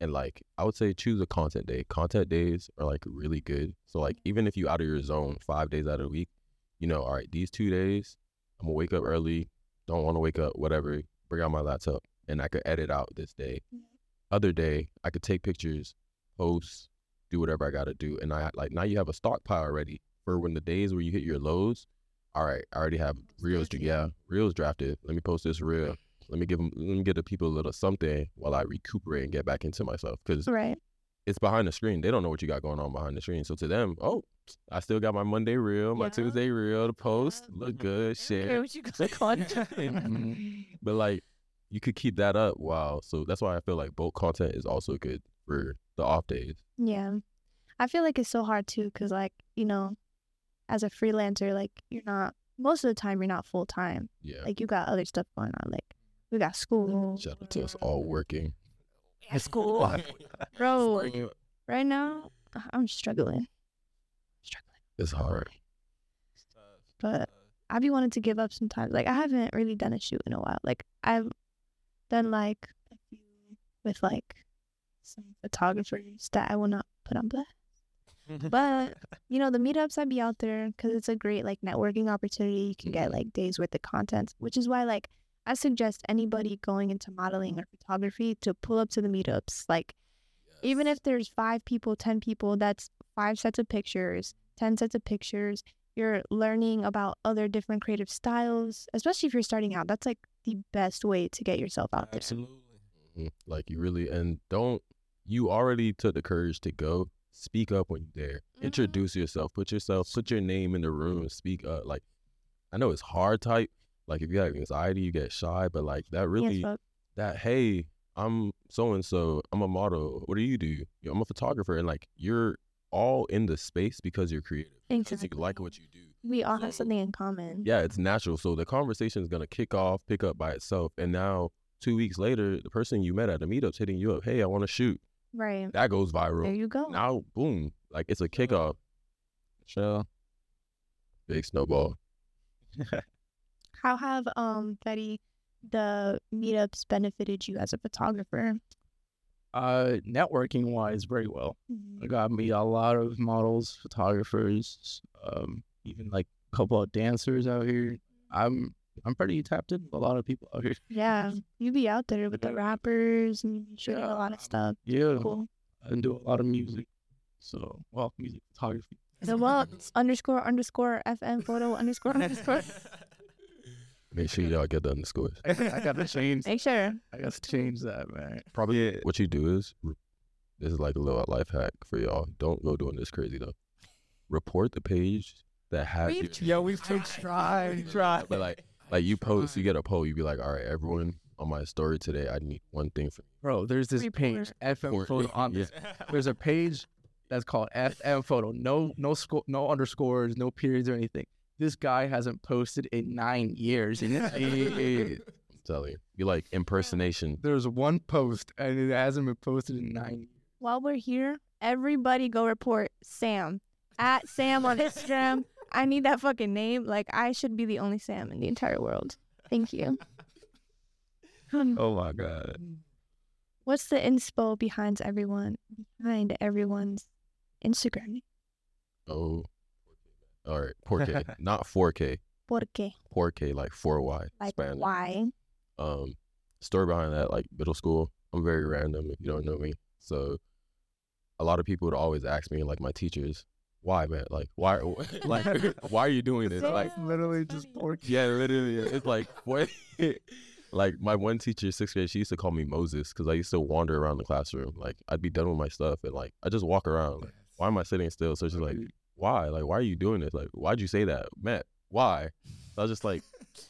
B: and like I would say choose a content day. Content days are like really good. So like even if you out of your zone five days out of the week, you know, all right, these two days, I'm gonna wake up early, don't wanna wake up, whatever, bring out my laptop and I could edit out this day.
A: Mhm.
B: Other day, I could take pictures, post, do whatever I gotta do. And I like now you have a stockpile already for when the days where you hit your lows, all right, I already have reels
A: drafted.
B: yeah, reels drafted. Let me post this reel let me give them, let me give the people a little something while I recuperate and get back into myself because
A: Right.
B: it's behind the screen. They don't know what you got going on behind the screen. So to them, oh, I still got my Monday reel, my
A: Yeah. Mm-hmm.
B: Tuesday reel to post, look good, shit.
A: what you call
B: But like, you could keep that up. Wow. So that's why I feel like bulk content is also good for the off days.
A: Yeah. I feel like it's so hard too because, like, you know, as a freelancer, like, you're not, most of the time, you're not full time.
B: Yeah.
A: Like, you got other stuff going on. Like, we got school.
B: Shout out to us all working.
A: Yeah, school. Bro, right now, I'm struggling. Struggling.
B: It's hard.
A: But I be wanting to give up sometimes. Like, I haven't really done a shoot in a while. Like, I've done like a few with like some photographers that I will not put on blast. But you know, the meetups I'd be out there because it's a great like networking opportunity. You can get like days worth of content, which is why like I suggest anybody going into modeling or photography to pull up to the meetups. Like even if there's five people, ten people, that's five sets of pictures, ten sets of pictures. You're learning about other different creative styles, especially if you're starting out. That's like the best way to get yourself out there.
B: Mhm. Like you really and don't you already took the courage to go. Speak up when you're there.
A: Mhm.
B: Introduce yourself. Put yourself. Put your name in the room. Speak up. Like I know it's hard type. Like if you have anxiety, you get shy. But like that
A: Yes,
B: really
A: but-
B: that hey, I'm so and so. I'm a model. What do you do? You know, I'm a photographer. And like you're all in the space because you're creative. Because you
A: Exactly.
B: like what you do.
A: we all have
B: So-
A: something in common.
B: Yeah, it's natural. So the conversation is gonna kick off, pick up by itself, and now two weeks later, the person you met at the meetup's hitting you up. Hey, I want to shoot.
A: Right.
B: That goes
A: There
B: viral.
A: you go.
B: Now, boom, like it's a kickoff,
C: So
B: big snowball.
A: How have um Betty the meetups benefited you as a photographer?
C: uh, networking wise, very well. I got to meet a lot of models, photographers, um, even like a couple of dancers out here. I'm I'm pretty tapped in with a lot of people out here.
A: Yeah, you be out there with the rappers and shooting
C: Yeah,
A: a lot
C: um,
A: of stuff.
C: Yeah,
A: Cool.
C: and do a lot of music. So well, music photography.
A: So well, underscore underscore FM photo underscore underscore.
B: Make sure y'all get the underscores.
C: I gotta change.
A: Make sure.
C: I gotta change that, man.
D: Probably
B: What you do is, re- this is like a little life hack for y'all. Don't go doing this crazy though. Report the page that had your-
E: Yo, we've tried.
B: We've tried. But, like you post, you get a poll. You be like, all right, everyone on my story today, I need one thing from.
C: Bro, there's this page
A: Report.
C: FM
B: Report.
C: photo on
B: Yeah.
C: this. There's a page that's called FM photo. No, no sco- no underscores, no periods or anything. this guy hasn't posted in nine years. And it-
B: I'm telling you, be like impersonation.
C: there's one post and it hasn't been posted in nine years.
A: While we're here, everybody go report Sam at Sam on Instagram. I need that fucking name. Like I should be the only Sam in the entire world. Thank you. Hmm,
D: Oh my god.
A: What's the inspo behind everyone? Behind everyone's Instagram?
B: Oh, all right, 4K, not 4K,
A: Por qué?
B: 4K like 4Y
A: Like
B: Spanish.
A: why?
B: um story behind that like middle school i'm very random if you don't know me so a lot of people would always ask me like my teachers why man like why like why are you doing this like
A: Damn,
C: literally
A: that's
C: just
A: funny.
C: pork.
B: yeah literally it's like what like my one teacher sixth grade she used to call me moses because i used to wander around the classroom like i'd be done with my stuff and like i just walk around like, why am i sitting still so she's like why like why are you doing this like why'd you say that matt why so i was just like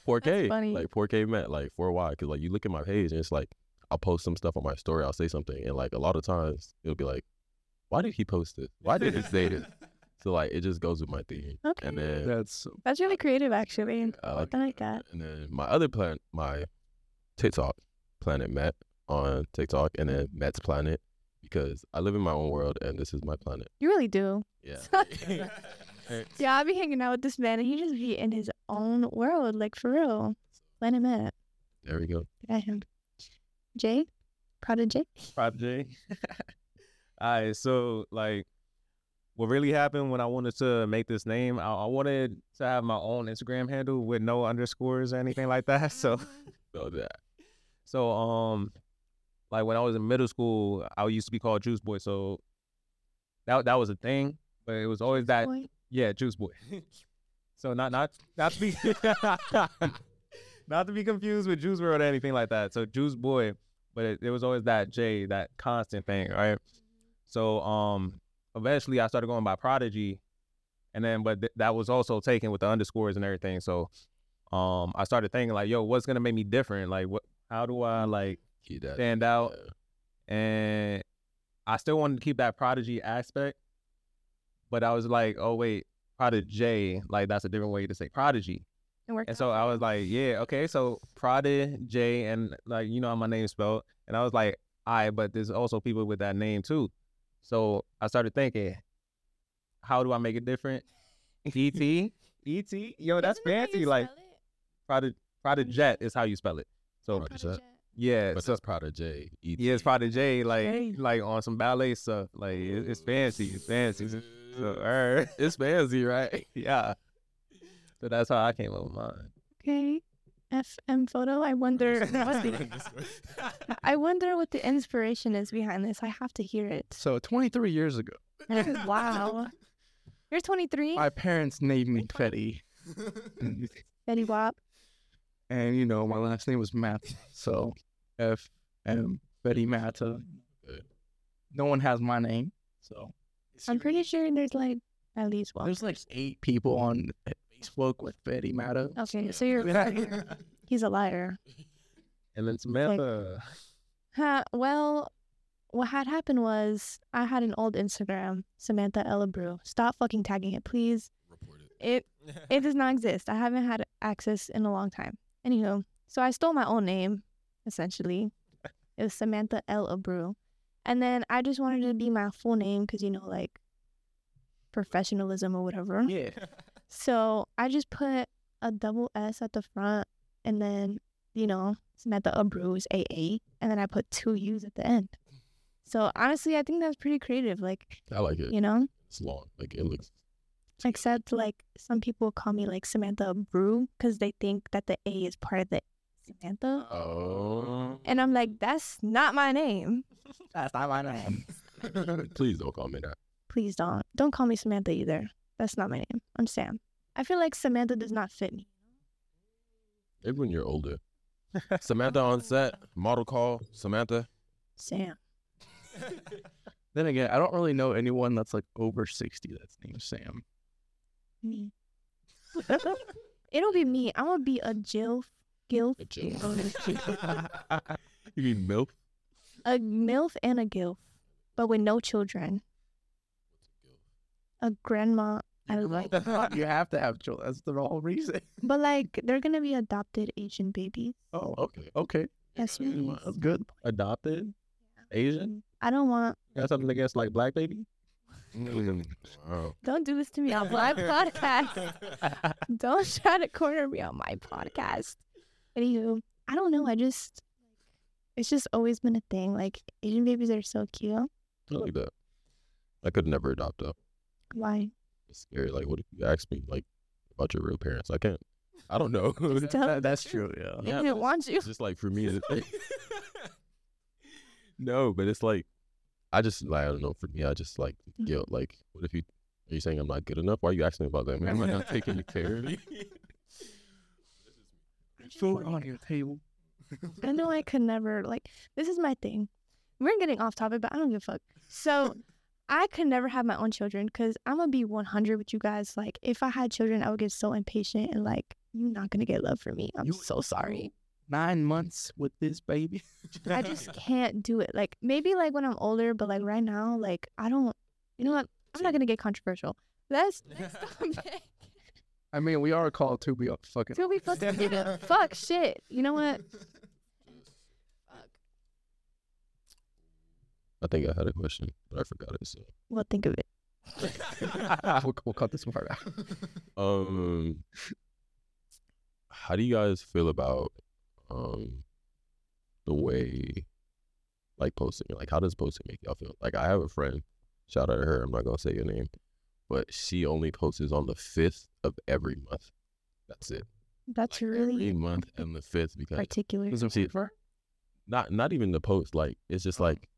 B: 4K,
A: That's funny.
B: like 4K met, like 4Y, because like you look at my page and it's like I'll post some stuff on my story, I'll say something, and like a lot of times it'll be like, why did he post this? Why did he say this? So like it just goes with my theme,
A: Okay.
B: and then
C: That's so
A: That's really creative, actually.
B: I like,
A: I like that.
B: and then my other plan, my TikTok, Planet Met on TikTok, and then Met's Planet because I live in my own world and this is my planet.
A: You really do.
B: Yeah.
A: Yeah, I be hanging out with this man, and he just be in his own world, like for real. Let him in.
B: there we go.
A: Got him. Jay, proud of Jay.
D: Prop J. All right, so like, what really happened when I wanted to make this name? I, I wanted to have my own Instagram handle with no underscores or anything like that. So,
B: So that
D: so um, like when I was in middle school, I used to be called Juice Boy. So that that was a thing, but it was always that
A: Boy.
D: yeah, Juice Boy. so not not not to be not to be confused with Juice World or anything like that. So Juice Boy, but it, it was always that J, that constant thing, right? So um, eventually I started going by Prodigy, and then but th- that was also taken with the underscores and everything. So um, I started thinking like, yo, what's gonna make me different? Like, what? How do I like
B: keep that.
D: stand out?
B: yeah.
D: and I still wanted to keep that prodigy aspect, but I was like, oh wait, prodigy, like that's a different way to say prodigy.
A: It worked
D: And
A: out
D: so uh,
A: for
D: I
A: you.
D: was like, yeah, okay, so prodigy, and like you know how my name's spelled, and I was like, I, but there's also people with that name too. So I started thinking, how do I make it different? E DT, ET, yo, oh, that's
A: Isn't that how
D: fancy.
A: you
D: like
A: spell it?
D: prodigy, prodigy is how you spell it. So
B: Prodigy.
A: Prodigy.
D: yeah,
B: But
D: so
B: that's E prodigy.
D: yeah, it's probably Jay, like
A: Jay.
D: like on some ballet stuff. Like it, it's fancy, it's fancy. So, alright.
B: It's fancy, right?
D: yeah. So that's how I came up with mine.
A: Okay. FM photo. I wonder. what's the- I wonder what the inspiration is behind this. I have to hear it.
C: So 23 years ago,
A: wow. You're 23.
C: my parents named me
A: Oh
C: Fetty,
A: Betty Wop.
C: and you know my last name was Math, so F M Fetty Mata. No one has my name, so
A: I'm pretty sure there's like at least one.
C: there's like eight people on Facebook with Fetty Mata.
A: Okay, so you're a liar. He's a liar.
D: And then Samantha.
A: Huh, well, what had happened was I had an old Instagram, Samantha Ella Brew. Stop fucking tagging it, please. It it does not exist. I haven't had access in a long time. Anywho, so I stole my own name, essentially. It was Samantha L. Abreu. And then I just wanted it to be my full name because, you know, like professionalism or whatever.
C: Yeah,
A: So I just put a double S at the front and then, you know, Samantha Abreu is AA. And then I put two U's at the end. So honestly, I think that's pretty creative. Like,
B: I like it.
A: you know?
B: It's long. Like it looks.
A: Except like some people call me like Samantha Brew because they think that the A is part of the Samantha.
B: Oh.
A: And I'm like, that's not my name.
C: that's not my name.
B: Please don't call me that.
A: Please don't. Don't call me Samantha either. That's not my name. I'm Sam. I feel like Samantha does not fit me.
B: Maybe when you're older. Samantha on set, model call, Samantha.
A: Sam.
C: Then again, I don't really know anyone that's like over 60 that's named Sam.
A: Me. It'll be me. I'm gonna be a Jill Gilf. Oh,
B: A GILF. you mean milk?
A: A MILF and a Gilf. But with no children. A grandma I like
C: you have to have children. That's the whole reason.
A: But like they're gonna be adopted Asian babies.
C: Oh,
B: Okay.
C: okay.
A: Yes, please.
C: That's good.
D: Adopted? Asian?
A: I don't want.
D: Got something against like black baby?
B: wow.
A: Don't do this to me on my podcast. Don't try to corner me on my podcast. Anywho, I don't know. I just it's just always been a thing. Like Asian babies are so cute.
B: I like that. I could never adopt up.
A: Why?
B: It's scary. Like, what if you ask me like about your real parents? I can't. I don't know.
A: Just tell them
C: That, that's true. Yeah.
A: they
B: Yeah,
A: didn't
B: but
A: want you.
B: It's just like for me, it's- no, but it's like I just like I don't know. For me, I just like guilt. Like, what if you are you saying I'm not good enough? Why are you asking about that, man? Am I not taking your care? of you?
C: Food on your table.
A: I know I could never like this is my thing. We're getting off topic, but I don't give a fuck. So I could never have my own children because I'm gonna be 100 with you guys. Like if I had children, I would get so impatient and like you're not gonna get love from me. I'm
C: You-
A: so sorry.
C: Nine months with this baby.
A: I just can't do it. Like maybe like when I'm older, but like right now, like I don't. You know what? I'm not gonna get controversial. That's next topic.
C: I mean, we are called to be a fucking.
A: Till we fuck, fuck shit. You know what?
B: I think I had a question, but I forgot it. So,
A: Well, think of it.
C: we'll, we'll cut this part out.
B: um, how do you guys feel about um the way like posting? Like, how does posting make y'all feel? Like, I have a friend. Shout out to her. I'm not gonna say your name, but she only posts on the fifth of every month. That's it.
A: That's
B: Like, every
A: really
B: month and the fifth because
A: particular.
B: See, not not even the post. Like it's
A: Mm-hmm.
B: just like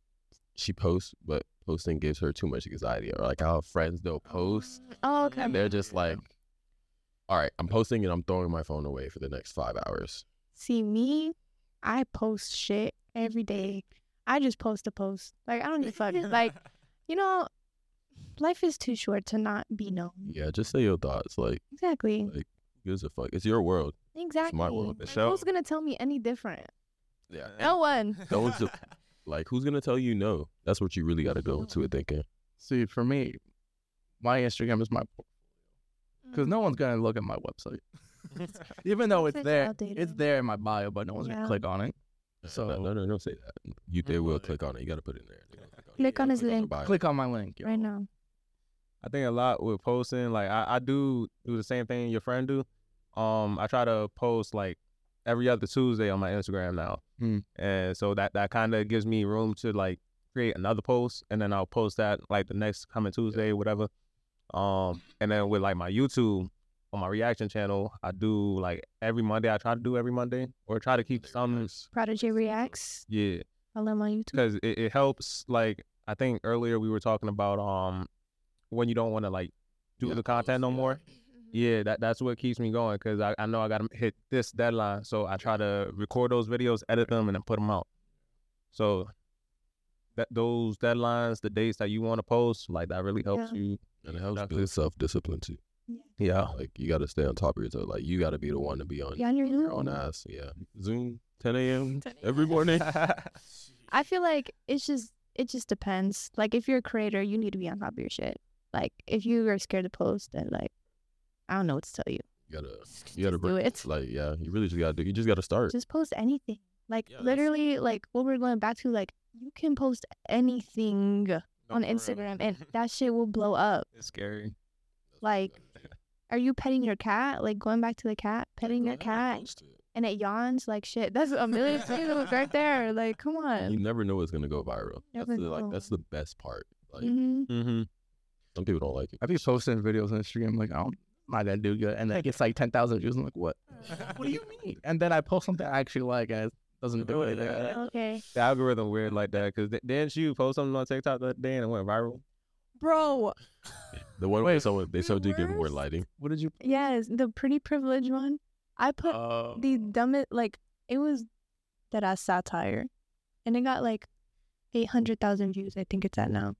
B: she posts, but posting gives her too much anxiety. Or like how friends they'll post
A: Oh, okay.
B: and they're just like, "All right, I'm posting and I'm throwing my phone away for the next five hours."
A: See me, I post shit every day. I just post a post. Like I don't give a fuck. like you know, life is too short to not be known.
B: Yeah, just say your thoughts. Like,
A: Exactly.
B: like who gives a fuck? It's your world.
A: Exactly.
B: world,
A: Like,
D: Michelle.
A: Who's gonna tell me any different?
B: Yeah.
A: No one.
B: Those the- Like, who's gonna tell you no? That's what you really got to go into it thinking.
C: See, for me, my Instagram is my because no one's gonna look at my website, even though it's
A: Website's
C: there.
A: outdated.
C: It's there in my bio, but no one's
A: Yeah.
C: gonna click on it.
B: So
C: So-
B: no, no, no, say that. You they will
D: Like-
B: click on it. You got to put it in there. They're gonna it.
A: Mm-hmm. Click
B: You gotta
A: on his
B: the
A: link.
B: bio.
C: Click on my link. yo.
A: right now.
D: I think a lot with posting, like I, I do do the same thing your friend do. Um, I try to post like every other Tuesday on my Instagram now,
C: Hmm.
D: and so that that kind of gives me room to like create another post, and then I'll post that like the next coming Tuesday, whatever. Um, and then with like my YouTube on my reaction channel, I do like every Monday. I try to do every Monday, or try to keep some
A: Prodigy reacts.
D: yeah
A: I'll let my YouTube.
D: because it, it helps like i think earlier we were talking about um when you don't want to like do
B: Yeah,
D: the content no
B: yeah.
D: more yeah that, that's what keeps me going because I, I know i gotta hit this deadline so i try to record those videos edit them and then put them out so that those deadlines the dates that you want to post like that really helps you
B: And it helps
D: That's
B: build self discipline too.
D: yeah
B: Like you got to stay on top of yourself. Like you got to be the one to be on uh,
A: Yeah, on your
B: your own
A: Zoom.
B: ass. Yeah, Zoom 10 a.m.
A: 10
B: every morning.
D: Mm-hmm.
A: I feel like it's just it just depends. Like if you're a creator, you need to be on top of your shit. Like if you are scared to post, then like I don't know what to tell you.
B: You gotta, you gotta
A: Just do
B: br-
A: it.
B: Like yeah, you really just gotta do. You just gotta start.
A: Just post anything. Like
B: Yeah, that's-
A: literally, like what we're going back to, like you can post anything on Instagram and that shit will blow up.
D: it's scary
A: Like, are you petting your cat? Like going back to the cat, petting your cat, and it yawns like shit. That's a million views right there. Like, come
B: You
A: on.
B: never know what's gonna go viral. That's
A: Never
B: the, like
A: know.
B: that's the best part. Like
A: hmm
D: mm-hmm.
B: some people don't like it.
C: I be posting videos on Instagram like I don't, I'm not gonna do good, and then it gets like ten thousand views. I'm like, what? What do you mean? And then I post something I actually like, and it doesn't do it.
A: Okay,
D: the algorithm weird like that because didn't you post something on tiktok the other day and it went viral
A: bro.
B: The one where someone they
A: the
B: so do give more
A: worst?
B: lighting.
C: What did you?
A: Yes, the pretty privilege one. I put
C: Uh,
A: the
B: Oh.
A: dumbest, like, it was that I satire. And it got like 800,000 views, I think it's at now.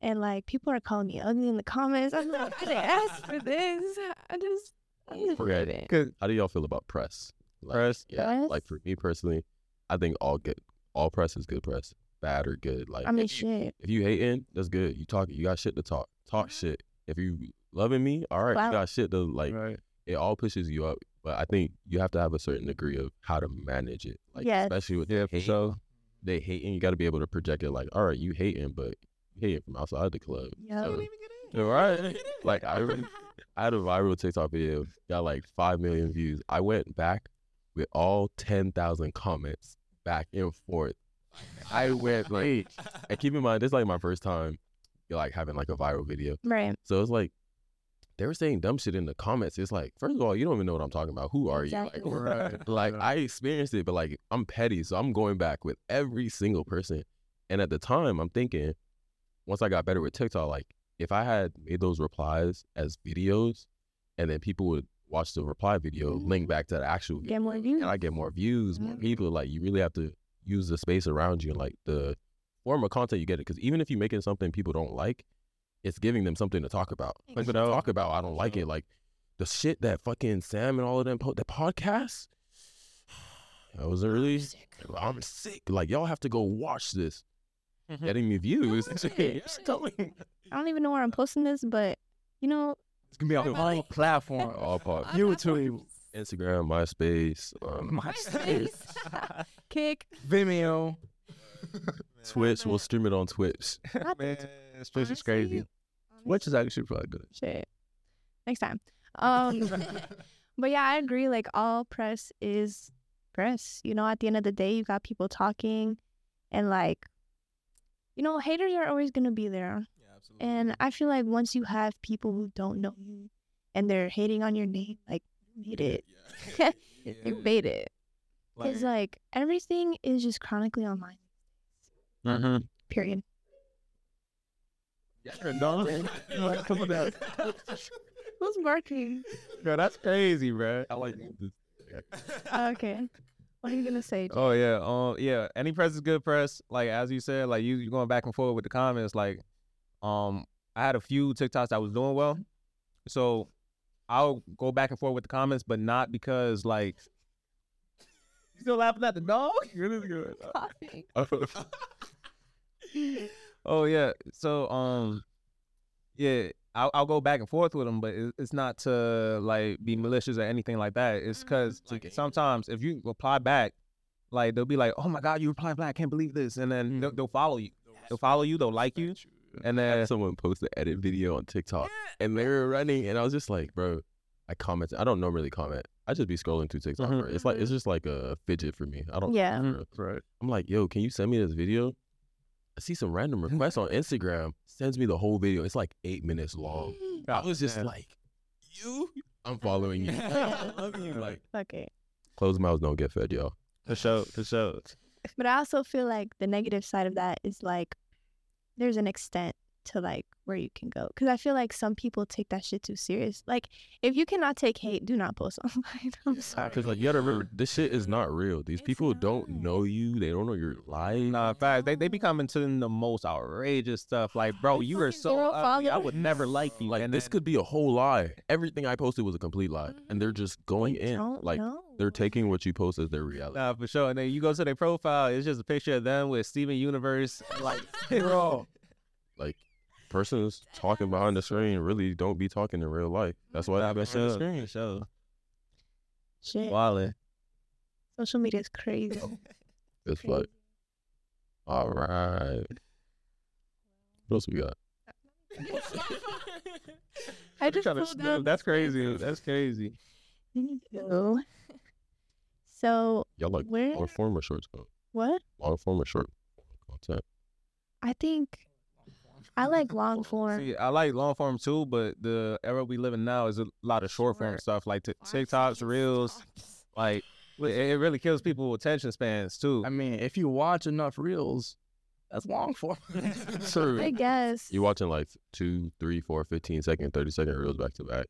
A: And like, people are calling me ugly in the comments. I'm like, I didn't ask for this. I just, I just
B: forget
A: did it.
D: because
B: How do y'all feel about press? Like,
D: Press?
B: yeah.
A: Press?
B: Like for me personally, I think all good, all press is good press, bad or good. Like
A: I mean,
B: if
A: shit.
B: you-
A: Mm-hmm.
B: If you hating, that's good. You talk. You got shit to talk. Talk shit. If you loving me, all right,
A: Wow.
B: you got shit to like.
C: right.
B: It all pushes you up, but I think you have to have a certain degree of how to manage it. Like
A: Yes.
B: especially with
D: Yeah, for
B: hate,
D: sure.
B: they hating, you got to be able to project it. Like, all right, you hating, but you hating from outside the club.
A: Yeah.
B: So- Right. Like I re- I had a viral TikTok video, got like five million views. I went back with all ten thousand comments back and forth. I went like and keep in mind this is like my first time like having like a viral video.
A: Right.
B: So it's like they were saying dumb shit in the comments. It's like, first of all, you don't even know what I'm talking about. Who are
A: Exactly.
B: you? Like,
C: Right.
B: like I experienced it, but like I'm petty, so I'm going back with every single person. And at the time, I'm thinking, once I got better with TikTok, like if I had made those replies as videos, and then people would watch the reply video, link back to the actual, video,
A: Get more views.
B: and I get more views, more
A: Mhm.
B: people. Like you really have to use the space around you and like the form of content you get it. Because even if you're making something people don't like, it's giving them something to talk about. Like,
D: Exactly.
B: talk about, I don't like it. Like the shit that fucking Sam and all of them, po- the podcast. I was really, I'm sick. Like y'all have to go watch this. Getting me views. It's coming.
A: I don't even know where I'm posting this, but you know,
C: It's gonna be on all platform.
B: All pod,
C: YouTube,
B: Instagram, MySpace, um,
C: MySpace,
A: kick.
C: Vimeo.
B: Twitch. We'll stream it on Twitch.
A: Not
D: Man,
A: that-
D: Twitch is
A: honestly,
D: crazy.
C: Which is actually probably good.
A: Shit. Next time. Um, but yeah, I agree. Like all press is press. You know, at the end of the day, you got people talking, and like, you know, haters are always gonna be there. And
B: Mm-hmm.
A: I feel like once you have people who don't know you and they're hating on your name, like you made it. You made it. Because like everything is just chronically online.
D: hmm
A: Period. Who's barking?
D: Yo, that's crazy, bro.
B: I like.
A: Ah, okay. What are you gonna say?
D: Oh yeah, um, yeah. Any press is good press. Like as you said, like you you going back and forth with the comments. Like, um, I had a few TikToks that was doing well, so I'll go back and forth with the comments, but not because like. You still laughing at the dog?
A: Coughing.
D: oh yeah. So um, yeah, I'll, I'll go back and forth with them, but it, it's not to like be malicious or anything like that. It's
A: Mhm.
D: because like, sometimes if you reply back, like they'll be like, "Oh my god, you replied back! I can't believe this," and then they'll, they'll follow you. They'll follow you. They'll like you, and
B: I
D: then
B: had someone post an edit video on TikTok and they were running and I was just like, bro, I comment. I don't normally comment. I just be scrolling through TikTok.
D: Mhm.
B: bro. It's like it's just like a fidget for me. I don't
A: Yeah.
B: bro.
C: Right.
B: I'm like, yo, can you send me this video? I see some random request on Instagram. Sends me the whole video. It's like eight minutes long. I was just like, you? I'm following you. I love you. Like,
A: Fuck it.
B: closed mouths don't get fed, yo.
D: for sure, for sure.
A: But I also feel like the negative side of that is like there's an extent to like where you can go. Cause I feel like some people take that shit too serious. Like if you cannot take hate, do not post online. I'm sorry.
B: Because like you gotta remember, this shit is not real. These
A: It's
B: people don't
A: not.
B: know you. They don't know your life.
D: Nah, facts. They they be commenting the most outrageous stuff. Like, bro, you are
A: Fucking
D: so
A: zero
D: ugly. I
A: followers.
D: would never like you.
B: Like
D: and
B: this
D: then-
B: could be a whole lie. Everything I posted was a complete lie, and they're just going
A: They
B: in.
A: don't
B: Like
A: know.
B: they're taking what you post as their reality.
D: Nah, for sure. And then you go to their profile, it's just a picture of them with Steven Universe. Like, bro.
B: Like persons talking behind the screen really don't be talking in real life. That's why I've been
D: For
B: saying.
D: sure, for sure.
A: shit.
D: Wildin'.
A: Social media is crazy.
B: It's like, all right. What else we got?
A: I just
D: Tryna
A: pulled
D: sniff.
A: up.
D: That's crazy. That's crazy.
A: Anywho. So
B: Y'all like
A: where
B: long form or short? form?
A: what?
B: Long form or short content?
A: I think I like long form.
D: See, I like long form too, but the era we live in now is a lot of short form
A: Short.
D: stuff, like t- TikToks, reels. Like, it, it really kills people with attention spans too.
C: I mean, if you watch enough reels, that's long form.
A: I
C: True.
A: guess
B: You watching like two, three, four, 15 second, 30 second reels back to back.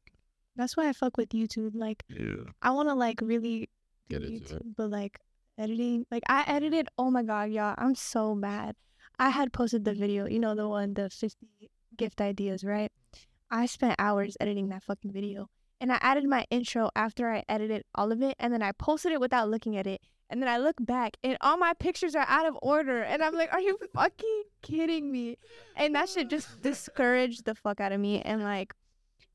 A: that's why I fuck with YouTube. Like
C: Yeah.
A: I want to like really do
B: Get into it.
A: YouTube, but like editing, like I edited. Oh my god, y'all, I'm so mad. I had posted the video, you know, the one, the 50 gift ideas, right? I spent hours editing that fucking video, and I added my intro after I edited all of it, and then I posted it without looking at it, And then I look back and all my pictures are out of order. And I'm like, are you fucking kidding me? And that shit just discouraged the fuck out of me. And like,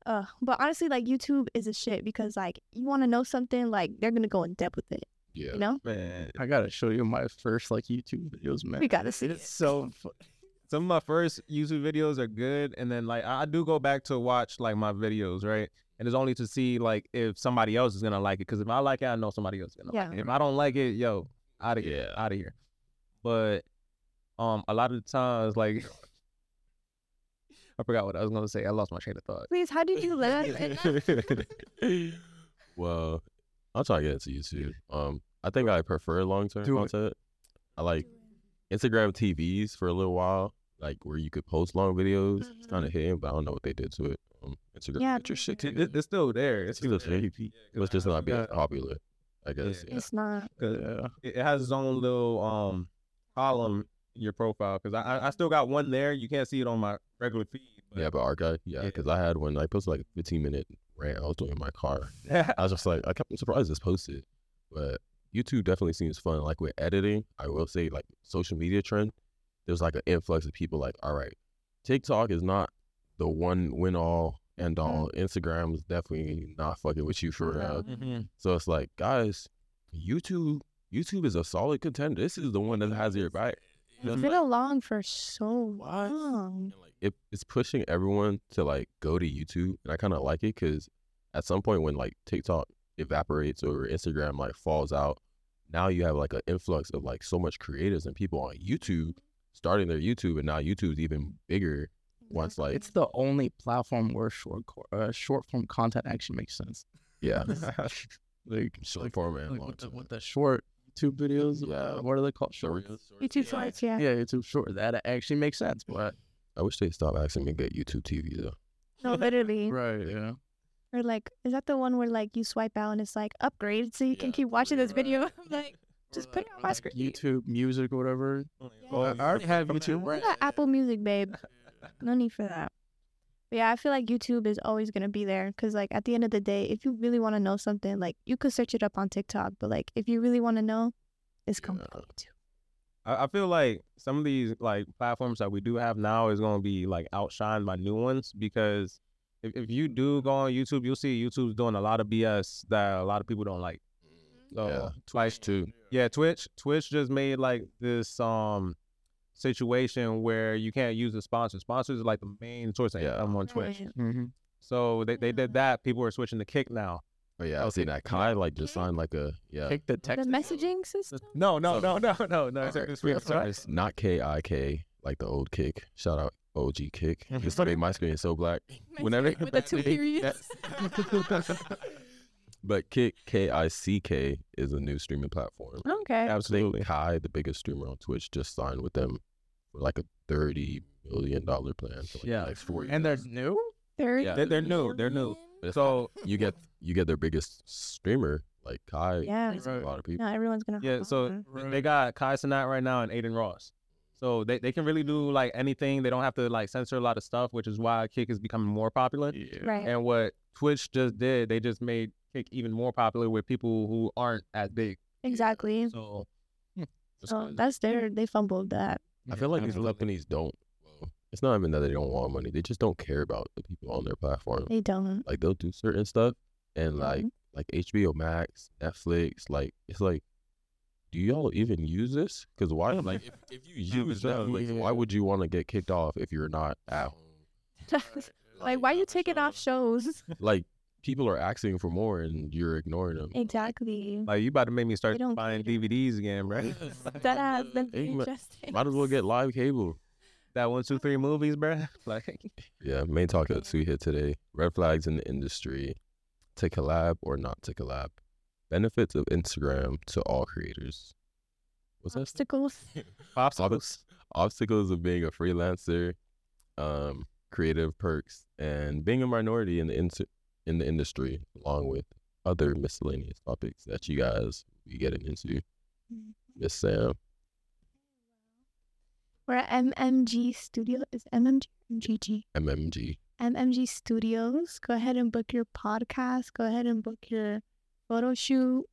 A: uh, but honestly, like YouTube is a shit because like you want to know something, like they're gonna go in depth with it.
B: Yeah.
A: You know,
D: man.
C: I gotta show you my first like YouTube videos, man.
A: we gotta see
D: It's
A: it.
D: so fu- some of my first YouTube videos are good, and then like I I do go back to watch like my videos, right? And it's only to see like if somebody else is gonna like it, because if I like it, I know somebody else is gonna like
A: Yeah.
D: it. If I don't like it, yo, out of here,
B: Yeah.
D: out of here. But um, a lot of the times, like I forgot what I was gonna say. I lost my train of thought.
A: Please, how did you let us in that?
B: well, I'll try to get into YouTube. Um, I think I prefer long term
C: Do it.
B: content. I like Instagram TVs for a little while, like where you could post long videos. It's
A: Mhm.
B: kind of hidden, but I don't know what they did to it. Um, Instagram
A: Yeah,
B: picture shit.
D: It- it- it's still there. It's
B: It's
D: still
B: just
D: there.
B: it was just not being
D: Yeah.
B: popular. I guess. Yeah.
A: It's not.
D: 'Cause
C: Yeah.
D: it, it has its own little um column in your profile because I, I I still got one there. You can't see it on my regular feed.
B: Yeah, but archive. Yeah,
D: Yeah.
B: because I had one. I posted like a 15 minute rant. I was doing in my car.
D: Yeah,
B: I was just like, I kept, I'm surprised it's posted. But YouTube definitely seems fun. Like with editing, I will say, like social media trend, there's like an influx of people like, all right, TikTok is not the one win all end all. Instagram is definitely not fucking with you for real.
D: Uh-huh.
A: No.
B: So it's like, guys, YouTube, YouTube is a solid contender. This is the one that has your back. You know,
A: It's
B: it's
A: been
B: like,
A: along for so
B: What?
A: long.
B: and, like, it, it's pushing everyone to like go to YouTube, and I kind of like it because at some point when like TikTok evaporates or Instagram like falls out, now you have like an influx of like so much creators and people on YouTube starting their YouTube, and now YouTube's even bigger once like
C: It's the only platform where short co- uh, short form content actually makes sense.
B: yeah,
C: Like
B: short form and
C: like
B: long
C: with, the,
B: term.
C: with the short YouTube videos.
B: Yeah.
C: uh, what are they called? Short.
B: Short-
A: YouTube
B: yeah.
A: shorts, yeah.
C: Yeah, YouTube short. That actually makes sense, but
B: I wish they stop asking me to get YouTube TV though.
A: No, literally.
C: right, yeah.
A: Or like, is that the one where like you swipe out and it's like upgrade so you can
B: Yeah,
A: keep watching this
B: upgrade,
A: video? I'm like, just put it on my
C: Like
A: screen.
C: YouTube music or whatever. Oh, I already have YouTube.
A: I got Apple Music, babe. No need for that. But yeah, I feel like YouTube is always gonna be there because like at the end of the day, if you really want to know something, like you could search it up on TikTok, but like if you really want to know, it's coming
B: Yeah.
A: from YouTube.
D: I, I feel like some of these like platforms that we do have now is gonna be like outshined by new ones because if, if you do go on YouTube, you'll see YouTube's doing a lot of BS that a lot of people don't like. So
B: Mm, Yeah.
D: like
B: too.
D: yeah, Twitch Twitch just made like this um situation where you can't use the sponsors. Sponsors are like the main source of
B: Yeah.
D: income on Twitch.
A: Right. Mm-hmm.
C: Mm-hmm.
D: So they, they did that. People are switching to Kick now.
B: Oh yeah, I seen that. Kai like just signed like a yeah.
C: Take the
A: The
C: text.
A: messaging system.
D: No, no, no, no, no, no.
B: Alright,
D: It's like this real
B: sorry, it's not K I K, like the old kick. Shout out OG kick. It's made my screen so black. Whenever
A: with the two periods.
B: But kick K I C K is a new streaming platform.
A: Okay.
D: Absolutely.
B: Kai, the biggest streamer on Twitch, just signed with them for like a thirty million dollar plan. For like
C: Yeah.
B: the next four years.
C: And they're new.
A: Third.
B: Yeah.
D: They're, they're new. They're new.
B: But
D: So
B: you get you get their biggest streamer like Kai.
A: Yeah.
B: a lot of people.
A: No, everyone's gonna.
D: Yeah,
A: hop
D: so-
A: on.
D: they got Kai Sinat right now and Aiden Ross. So they, they can really do like anything. They don't have to like censor a lot of stuff, which is why Kick is becoming more popular.
C: Yeah.
A: right.
D: And what Twitch just did, they just made Kick even more popular with people who aren't as big.
A: Exactly.
D: So
A: So that's their. They fumbled that.
B: I feel like these
C: Absolutely.
B: companies don't. Well, it's not even that they don't want money; they just don't care about the people on their platform.
A: They don't.
B: Like they'll do certain stuff, and like
A: Mhm.
B: like HBO Max, Netflix, like it's like, do y'all even use this? Because why? Like if, if you
C: Yeah, but
B: use
C: no,
B: Netflix,
C: yeah.
B: why would you want to get kicked off if you're not at home?
A: like, why you taking off shows?
B: Like people are asking for more, and you're ignoring them.
A: exactly.
D: like you about to make me
A: They
D: start
A: don't
D: buying
A: cater.
D: DVDs again, right?
A: That has been
B: Hey, ma-
A: interesting.
B: Might as well get live cable.
D: that one, two, three movies, bruh. Like
B: Yeah, main talk that we hit today. Red flags in the industry. To collab or not to collab. Benefits of Instagram to all creators. What's that?
A: obstacles.
D: popsicles.
B: Obstacles of being a freelancer, um, creative perks, and being a minority in the inter- in the industry, along with other miscellaneous topics that you guys be getting into. Miss Sam.
A: We're at MMG Studio. Is MMG? MGG.
B: MMG.
A: MMG Studios. Go ahead and book your podcast. Go ahead and book your photo shoot.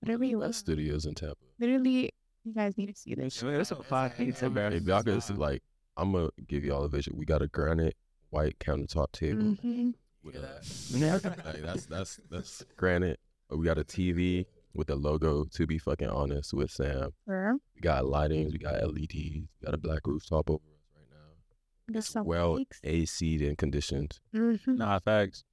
A: Whatever you
B: That
A: want.
B: studios in Tampa.
A: Literally, you guys need to see this.
D: Yeah, that's a five pizza, bro.
B: If y'all could, see, like, I'm gonna give y'all a vision. We got a granite white countertop table.
A: Mhm.
B: With
C: Hear
B: a, like, that's that's that's granite. We got a TV with the logo. To be fucking honest, with Sam,
A: Sure.
B: we got lightings, we got LEDs, we got a black rooftop over us right now.
A: There's some
B: well
A: leaks.
B: AC'd and conditioned,
A: Mhm.
D: Nah, facts.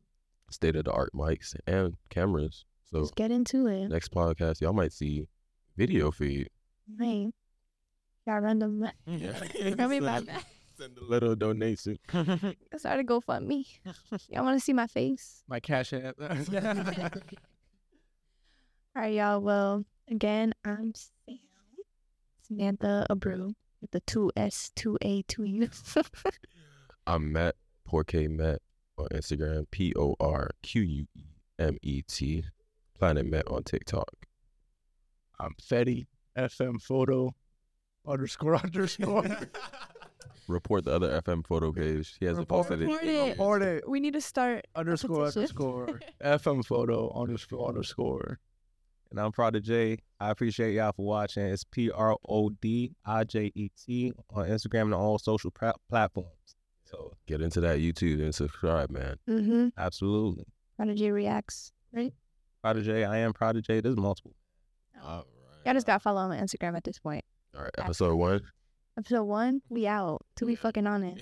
B: state of the art mics and cameras. So
A: Just get into it.
B: next podcast, y'all might see video feed.
A: Right. Got random. Tell me about that.
B: Send a little donation.
A: I started GoFundMe. Y'all want to see my face?
C: My cash app.
A: All right, y'all. Well, again, I'm Sam. Samantha Abreu with the two S, two A, two U.
B: I'm Matt Porke Matt on Instagram, P O R Q U E M E T, Planet Met on TikTok.
C: I'm Um, Fetty FM photo underscore underscore.
B: Report the other FM photo page. He hasn't
C: Report-
B: posted it.
A: report
B: in
A: it.
B: years.
C: Or the
A: we need to start.
C: underscore
A: Petition.
C: underscore FM photo underscore underscore.
D: And I'm Prodigy. J. I appreciate y'all for watching. It's P R O D I J E T on Instagram and all social pra- platforms. So,
B: Get into that YouTube and subscribe, man.
A: Mm-hmm.
D: absolutely.
A: Prodigy reacts. Right?
D: Prodigy, I am Prodigy. There's multiple.
B: All right.
A: Y'all just got to follow on my Instagram at this point.
B: All right. Episode one.
A: Episode one, we out. To be fucking honest.